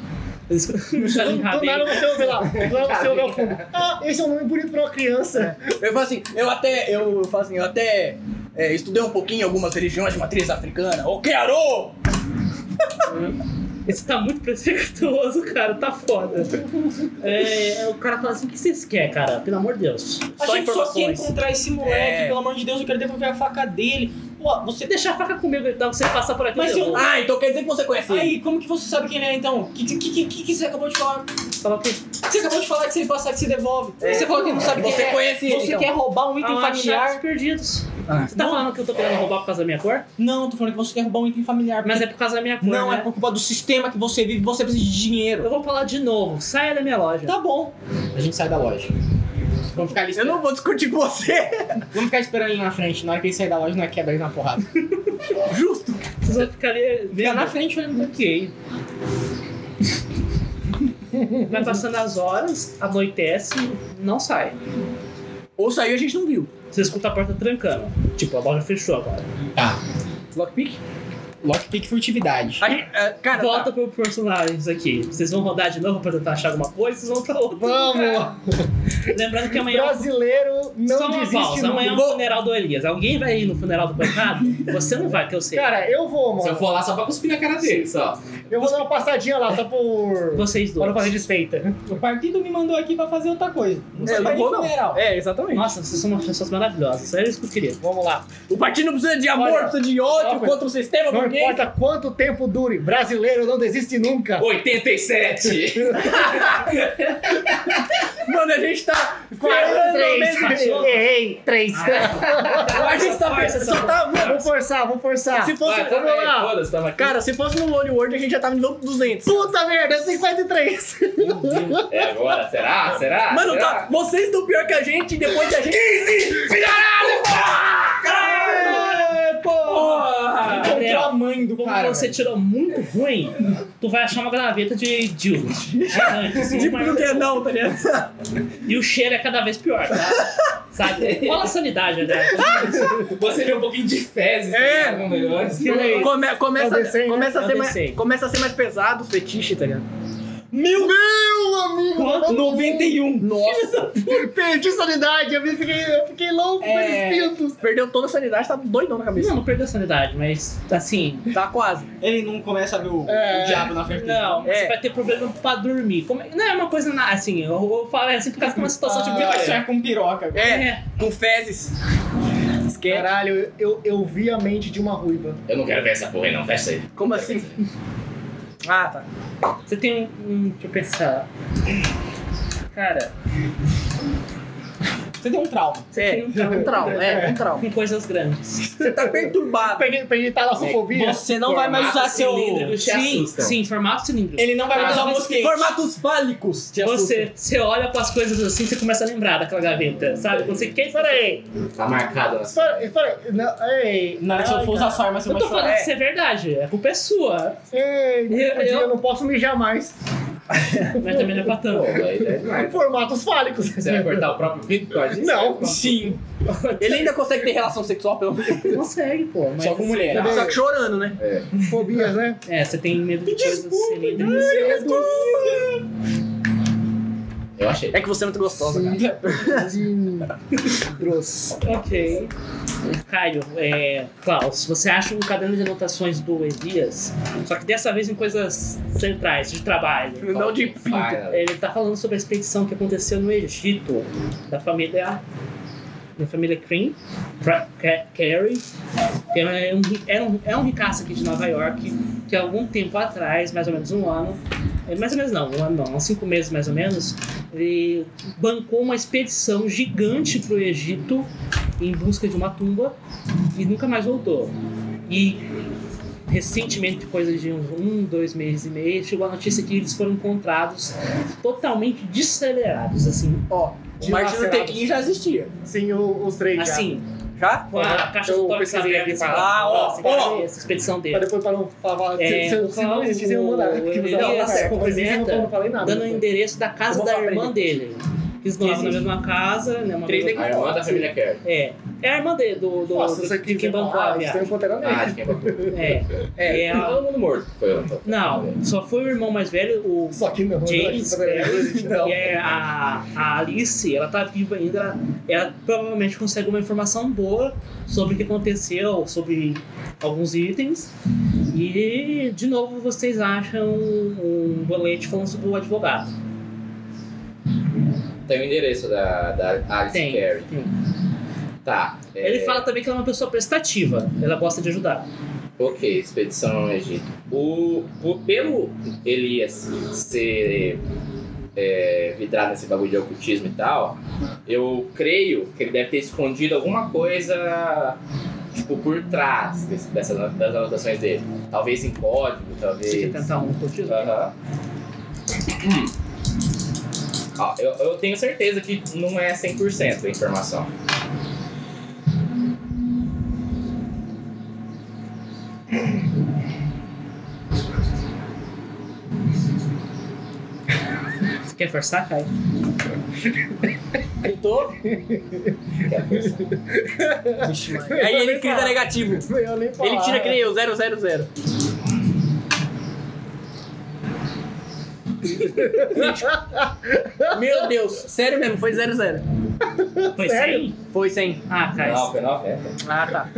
Eles escutaram.
um. Do, do nada você ouve lá. Do nada você ouve ao fundo. Ah, esse é um nome bonito pra uma criança.
Eu falo assim, eu até, eu falo assim, eu até é, estudei um pouquinho algumas religiões de matriz africana. O Kearo!
Esse tá muito preconceituoso, cara, tá foda. É, o cara fala assim, o que vocês querem, cara? Pelo amor de Deus.
é A
Só
gente só quer
informações.
encontrar esse moleque,
É.
pelo amor de Deus, eu quero devolver a faca dele. Pô, você
Você deixar a faca comigo, então você passar por aqui.
Mas
eu
eu-
devolvo.
Ah, então quer dizer que você conhece ele.
Aí, como que você sabe quem ele é então? O que, que, que, que- que você acabou de falar?
Fala o quê?
Você acabou de falar que se ele passar, que você devolve. E Você falou que não sabe quem
Você
é.
conhece ele,
Você
então.
quer roubar um item
Ah,
familiar?
dados perdidos.
Ah.
Você tá falando que eu tô querendo roubar por causa da minha cor?
Não, tô falando que você quer roubar um item familiar.
Mas
porque-
é por causa da minha cor.
Não,
né?
é por culpa do sistema que você vive, você precisa de dinheiro.
Eu vou falar de novo, saia da minha loja.
Tá bom.
A gente sai da loja.
Vamos ficar ali.
Eu não vou discutir com você.
Vamos ficar esperando ele na frente. Na hora que ele sair da loja, não é quebra ele na porrada.
Justo.
Vocês vão ficar ali
é Fica
vendo.
na frente
né?
olhando.
Ok. Vai passando as horas, anoitece, não sai.
Ou saiu, a gente não viu.
Você escuta a porta trancando. Tipo, a loja fechou agora.
Tá. Lockpick? Lockpick furtividade.
A gente, é, cara, tá.
Volta pro personagens aqui. Vocês vão rodar de novo pra tentar achar alguma coisa, vocês vão pra outro.
Vamos!
Lembrando que amanhã. é
Brasileiro
só
não
uma
desiste
pausa.
nunca.
Amanhã é o funeral do Elias. Alguém vai ir no funeral do coitado? Você não vai, que eu sei.
Cara, eu vou,
Se eu
mano.
for lá só pra cuspir na cara dele, só.
Eu vou dar uma passadinha lá, só por...
Vocês
Pra não
dois.
fazer desfeita.
O partido me mandou aqui pra fazer outra coisa. Não sei
eu
pra
não
que
vou, não.
funeral.
É, exatamente.
Nossa, vocês são umas pessoas maravilhosas. Era isso que eu queria.
Vamos lá.
O partido não precisa de amor,
Olha,
precisa de ódio
uma coisa.
contra o sistema,
Não
porque...
importa quanto tempo dure, brasileiro não desiste nunca.
87!
Mano, a gente tá...
43. Errei. 3.
A gente tá... Só tá... Mano,
Vamos forçar, vamos forçar.
se fosse...
Vai, tamo
vamos
aí,
lá.
foda-se, tamo aqui.
Cara, se fosse no Lone World, a gente já tava no nível 200.
Puta merda, 53.
É agora, será? Será?
Mano,
será?
tá, vocês estão pior que a gente, depois que a gente...
Gabriel,
Contra a mãe do
Como
cara.
você tirou muito ruim, tu vai achar uma graveta de dildo. Gigante, assim,
Tipo,
mas-
não
é.
quer não, tá ligado?
E o cheiro é cada vez pior, tá? Sabe? Fala a sanidade, né?
Você vê um pouquinho de fezes
É.
tá ligado, no negócio.
Come- começa,
É o desenho, né?
começa,
É
a
o
ser mais,
desenho.
começa a ser mais pesado o fetiche, tá ligado?
Meu, Meu amigo.
Quanto? 91.
Nossa!
Perdi sanidade, eu fiquei, eu fiquei louco
É.
pelos pintos.
Perdeu toda a sanidade, tá doidão na cabeça.
Não, não perdeu a sanidade, mas assim.
Tá quase.
Ele não começa a ver o,
É.
o diabo na frente.
Não,
É.
você vai ter problema pra dormir. Como é- Não é uma coisa na- assim, eu, eu falo assim por causa de uma situação
Ah,
Tipo,
tipo.
ele vai
é.
sonhar com piroca. agora.
É,
É.
com fezes. Esquece.
Caralho, eu, eu vi a mente de uma ruiva.
Eu não quero ver essa porra aí, não, fecha aí.
Como assim? Ah, tá.
Você tem um, um. Deixa eu pensar. Cara,
Você tem um trauma.
É, um trauma, é, um trauma.
com coisas grandes.
Você tá perturbado.
Peguei, peguei talassofobia.
Você não vai mais
Tá,
usar seu.
cilíndricos te
sim,
assustam.
sim, formato cilíndrico.
Ele não vai
Tá
mais usar o mosquete.
Formatos fálicos. te assustam.
Você, você olha pras coisas assim, você começa a lembrar daquela gaveta, sabe? Quando você "É, quer.
Peraí,
Tá marcado na
peraí, peraí. Não, ei.
Na
é
hora que eu for usar sua arma, você
Eu
vai
tô
chorar.
falando que isso é verdade, a culpa é sua,
Ei,
Eu-
eu,
eu-
não posso mijar mais.
mas também não é pra tanto.
porra. aí é demais.
Formatos fálicos.
Você vai cortar o próprio pinto por causa disso?
Não.
Sim.
Ele ainda consegue ter relação sexual, pelo menos.
Consegue, pô, mas.
Só com mulher.
Cadê?
Só que chorando, né?
Fobias, né?
É, você tem medo de coisas cilíndricas.
Eu achei.
É que você é muito gostosa, cara.
Cilindros.
Ok. Caio, é, Klaus, você acha um caderno de anotações do Elias, só que dessa vez em coisas centrais, de trabalho.
Não de pinto.
Fala.
Ele tá falando sobre a expedição que aconteceu no Egito, da família. Da família Cream, Pra- Ca- Carey, que é um, ri- era um, é um ricaço aqui de Nova York, que algum tempo atrás, mais ou menos um ano, é, mais ou menos não, um ano não, uns cinco meses mais ou menos, ele bancou uma expedição gigante pro Egito em busca de uma tumba e nunca mais voltou. E recentemente, coisa de uns um, dois meses e meio, chegou a notícia que eles foram encontrados totalmente desacelerados, assim,
Ó, o Martin Luther King já existia.
Sim, o- os três. já.
assim,
Já?
com a caixa
Eu
do tórax
pesquisei
aberta,
aqui
assim,
pra-
Ah, ó,
assim,
ó.
essa expedição
Pra
dele.
depois pra não falar. se-
É,
se, se não
Klaus,
existisse, eu mandava.
o
que eu
Elias
mandava na carta, mas eu
cumprimenta,
não falei nada.
Dando um o endereço da casa
vou
da
falar pra
irmã
ele.
dele. Que eles moravam na mesma casa, né? Uma
Três
mesma...
A irmã da família Kerr.
É. É a irmã dele, do, do,
Nossa,
do-
isso aqui
de quem bancou a
Isso tem
viagem.
um Pantera
Ah,
Negra.
de quem bacana.
É.
É.
E
Ah,
ela-
Todo mundo morto. Ah, Foi eu, então.
Não, só foi o irmão mais velho, o
Só que não.
James
Pantera Negra existe, não.
E é, a, a Alice, ela tá viva ainda. Ela, ela provavelmente consegue uma informação boa sobre o que aconteceu, sobre alguns itens. E, de novo, vocês acham um bolete falando sobre o advogado.
Tem o endereço da, da Alice
Tem.
Carey.
Tem.
Tá. é,
Ele fala também que ela é uma pessoa prestativa, ela gosta de ajudar.
Ok, expedição ao Egito. O, o- pelo Elias ser é, vidrado nesse bagulho de ocultismo e tal, eu creio que ele deve ter escondido alguma coisa tipo, por trás desse- dessas das anotações dele. Talvez em código, talvez.
Você quer tentar um cultismo?
Aham. Ah, eu, eu tenho certeza que não é 100% a informação.
Você quer forçar, Kai?
gritou.
Aí ele grita negativo.
Eu nem falar.
Ele tira que nem eu, 000. Meu Deus, sério mesmo, foi 00.
Foi sério?
Foi 100.
Ah, cara,
Não, foi nove, é.
Ah, tá.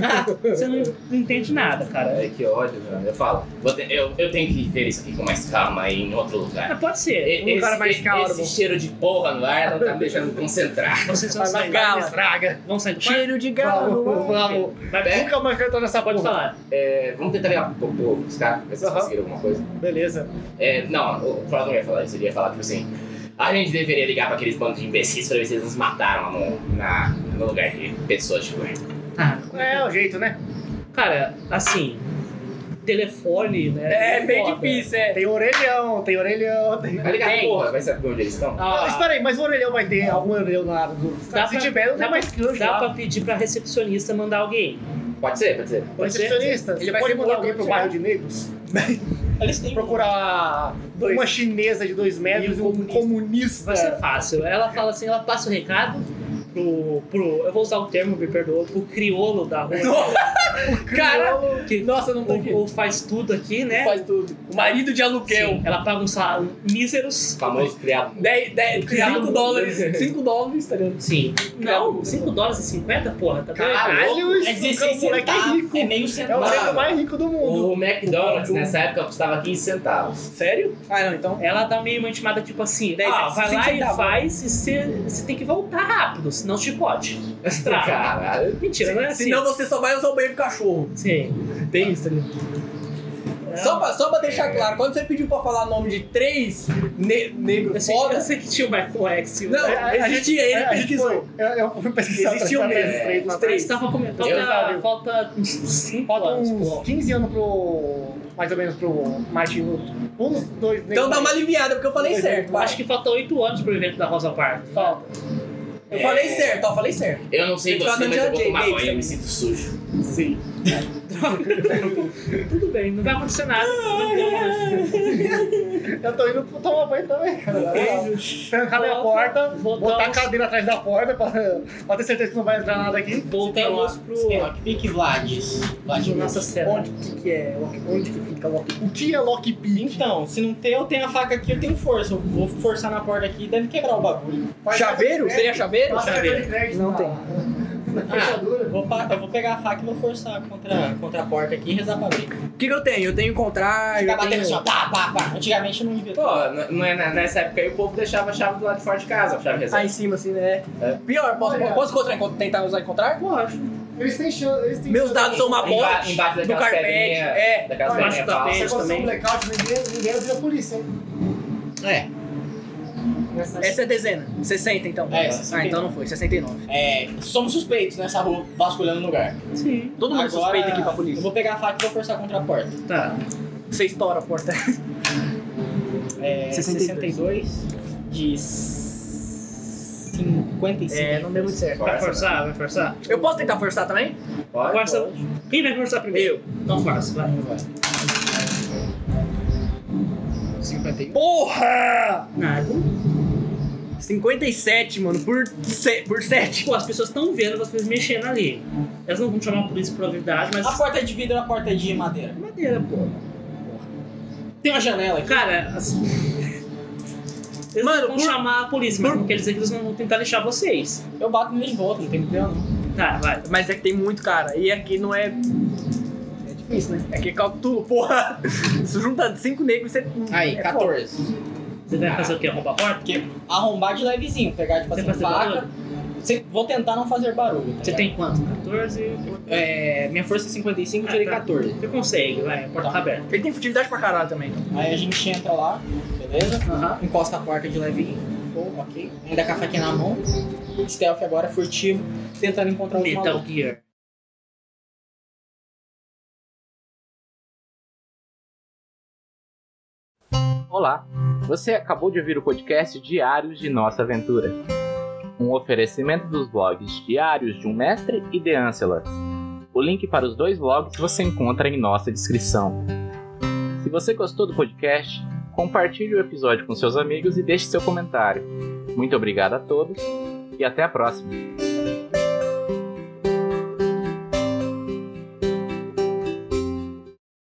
você não entende nada, cara.
Ai, que ódio, mano. Eu falo, vou ter- eu, eu tenho que ver isso aqui com mais calma aí em outro lugar.
Ah, pode ser.
E-
Um lugar mais
e-
calmo.
Esse cheiro de porra no ar não tá me deixando me concentrar.
Vocês vão sair.
gala.
Estraga. Vão sair do quarto?
Cheiro de
Vamos,
galo.
vamos.
Vai,
É.
Nunca mais cantou nessa
Pode
porra.
falar.
É, vamos tentar ligar pro povo, os caras, ver se eles
Aham.
conseguiram alguma coisa.
Beleza.
É, não, o Claudio não ia falar isso, ele ia falar tipo assim. A gente deveria ligar pra aqueles bandos de imbecis pra ver se eles nos mataram no, na, no lugar de pessoas tipo, de cor.
Ah,
É, o jeito, né?
cara, assim. Telefone, né?
É bem
Foda.
difícil, é.
Tem orelhão, tem orelhão, tem...
Vai ligar,
Tem.
porra, vai saber onde eles estão.
Ah,
Ah,
espera aí, mas o orelhão vai ter algum orelhão na área do...
Dá
Se
pra-
tiver,
dá
não
é
tem mais canjo
dá
lá.
pra pedir pra recepcionista mandar alguém.
Pode ser, pode ser.
O
Pode ser?
recepcionista,
Ele
você
vai
pode
ser
mandar
morto,
alguém pro
será?
bairro de negros?
Eles têm.
Procurar
Dois.
uma chinesa de dois metros e um comunista.
Vai
é.
ser fácil. Ela fala assim, ela passa o recado pro. pro eu vou usar o termo, me perdoa, pro criolo da rua.
Cara,
que
nossa, não tô aqui.
o, o faz tudo aqui, né?
Faz tudo. Marido de aluguel.
Sim, Ela paga um salário míseros.
O famoso criado.
10, 10, 5 dólares. 5 dólares, tá ligado?
Sim. Não, 5 dólares e 50, porra, tá
Caralho,
É
esse
16
cara, moleque é
centavos.
rico.
É meio
É o
centavo.
negro mais rico do mundo.
tá O McDonald's nessa época custava 15 centavos.
Sério?
Ah, não, então.
Ela dá meio uma intimada tipo assim:
Dez,
ah, vai
cinco
lá e
centavos.
faz e você tem que voltar rápido, senão chicote.
Tá.
Estraga.
Caralho.
Mentira, não é assim.
Senão você só vai usar o banheiro do cachorro.
Sim.
Tem isso, tá ligado?
Só pra, só pra deixar claro, quando você pediu pra falar nome de três ne
Eu
negros
sei, eu
fodas,
sei que é. tinha o Michael X. e o-
Não,
É, a- a
existia, ele
É, a gente
pesquisou.
foi. Eu, eu fui pesquisar. pra
Existiu
saber
mesmo,
esses
é,
três
os
lá
Três
atrás.
estavam comentando.
Eu
Falta,
sabia.
falta uns 5
Falta
anos,
uns
pô.
15 anos pro. Mais ou menos pro Martin Luther. Uns dois negros.
Então dá uma aliviada, porque eu falei
Dois
certo. vai.
Acho que falta 8 anos pro evento da Rosa Parks. Falta.
Eu falei certo, ó, falei certo.
Eu não sei
Tem que
você,
falar
mas
do
eu vou
J.J.
tomar banho,
Davis
eu me
também.
sinto sujo.
Sim.
Tudo bem, não vai acontecer nada.
Eu tô indo tomar banho também, cara. Trancar minha
Volta,
porta,
voltamos.
botar a cadeira atrás da porta pra, pra ter certeza que não vai entrar nada aqui.
Voltamos pro.
Lockpick Vladis.
pro Nossa Serra.
onde que, que é? Onde que fica o
O que é lockpick?
Então, se não tem, eu tenho a faca aqui, eu tenho força. Eu vou forçar na porta aqui e deve quebrar o bagulho.
Chaveiro? Seria chaveiro?
de crédito. Não tem.
Eu vou, pa- eu vou pegar a faca e vou forçar contra, contra a porta aqui e rezar pra abrir.
O que, que eu tenho? Eu tenho encontrar.
Ficar
Eu
batendo assim, ó.
tenho...
Pá, pá, pá. Antigamente eu não devia.
Pô, n- não é na- nessa época aí o povo deixava a chave do lado de fora de casa, a chave
Ah,
reserva.
em cima, assim, né?
É.
Pior, posso,
Olha.
posso encontrar, encont- tentar usar encontrar?
Eles têm chance. Eles têm
Meus
chance-
dados são uma
Emba-
bosta.
embaixo
do
daquelas
carpete.
pedrinhas-
É.
Daquelas
Embaixo
pedrinhas
da
falsas.
Se
Eles
acontecer um
também.
blackout, ninguém, ninguém vira polícia, hein?
Essa é dezena. 60, então.
É, 60.
Ah, então não foi. 69.
É, somos suspeitos
né?
nessa rua, vasculhando o lugar.
Sim.
Todo mundo
Agora,
suspeita aqui pra polícia.
Eu vou pegar a faca e vou forçar contra a porta.
Tá.
Você estoura a porta.
É,
62.
62 de 55.
É, não deu muito certo.
Vai forçar, vai forçar?
Eu posso tentar forçar também?
Pode?
Força. Quem vai forçar primeiro? Eu. Então força, vai.
51.
Porra!
Nada.
57, mano, por, se, por 7.
Pô, as pessoas estão vendo vocês mexendo ali. Elas não vão chamar a polícia por novidade, mas.
A porta é de vidro, a porta é de madeira.
madeira, pô.
Tem uma janela aqui.
Cara, assim. Eles
Mano,
não vão
por-
chamar a polícia, mas não quer dizer que eles não vão tentar deixar vocês.
Eu bato nele de volta, não tem problema não.
Tá, vai.
Mas é que tem muito, cara. E aqui não é. É difícil, né? É que calculo, porra. Se junta 5 negros, você.
Aí,
é
14.
Você vai fazer o quê? Roubar a porta?
Porque arrombar de levezinho, pegar tipo
Você
assim,
vai fazer
faca.
barulho?
Você- vou tentar não fazer barulho. tá
Você
ligado?
tem quanto? 14?
É, minha força é 55, eu tirei
Ah, tá.
14.
Você consegue, vai. A porta tá aberta.
Ele tem furtividade pra caralho também.
Aí a gente entra lá, beleza?
Aham.
Encosta a porta de levinho. Bom, ok. Ainda com a faquinha na mão. Stealth agora, furtivo, tentando encontrar os
Metal
malucos.
Gear.
Olá, você acabou de ouvir o podcast Diários de Nossa Aventura. Um oferecimento dos blogs Diários de um Mestre e The Ancelot. O link para os dois blogs você encontra em nossa descrição. Se você gostou do podcast, compartilhe o episódio com seus amigos e deixe seu comentário. Muito obrigado a todos e até a próxima.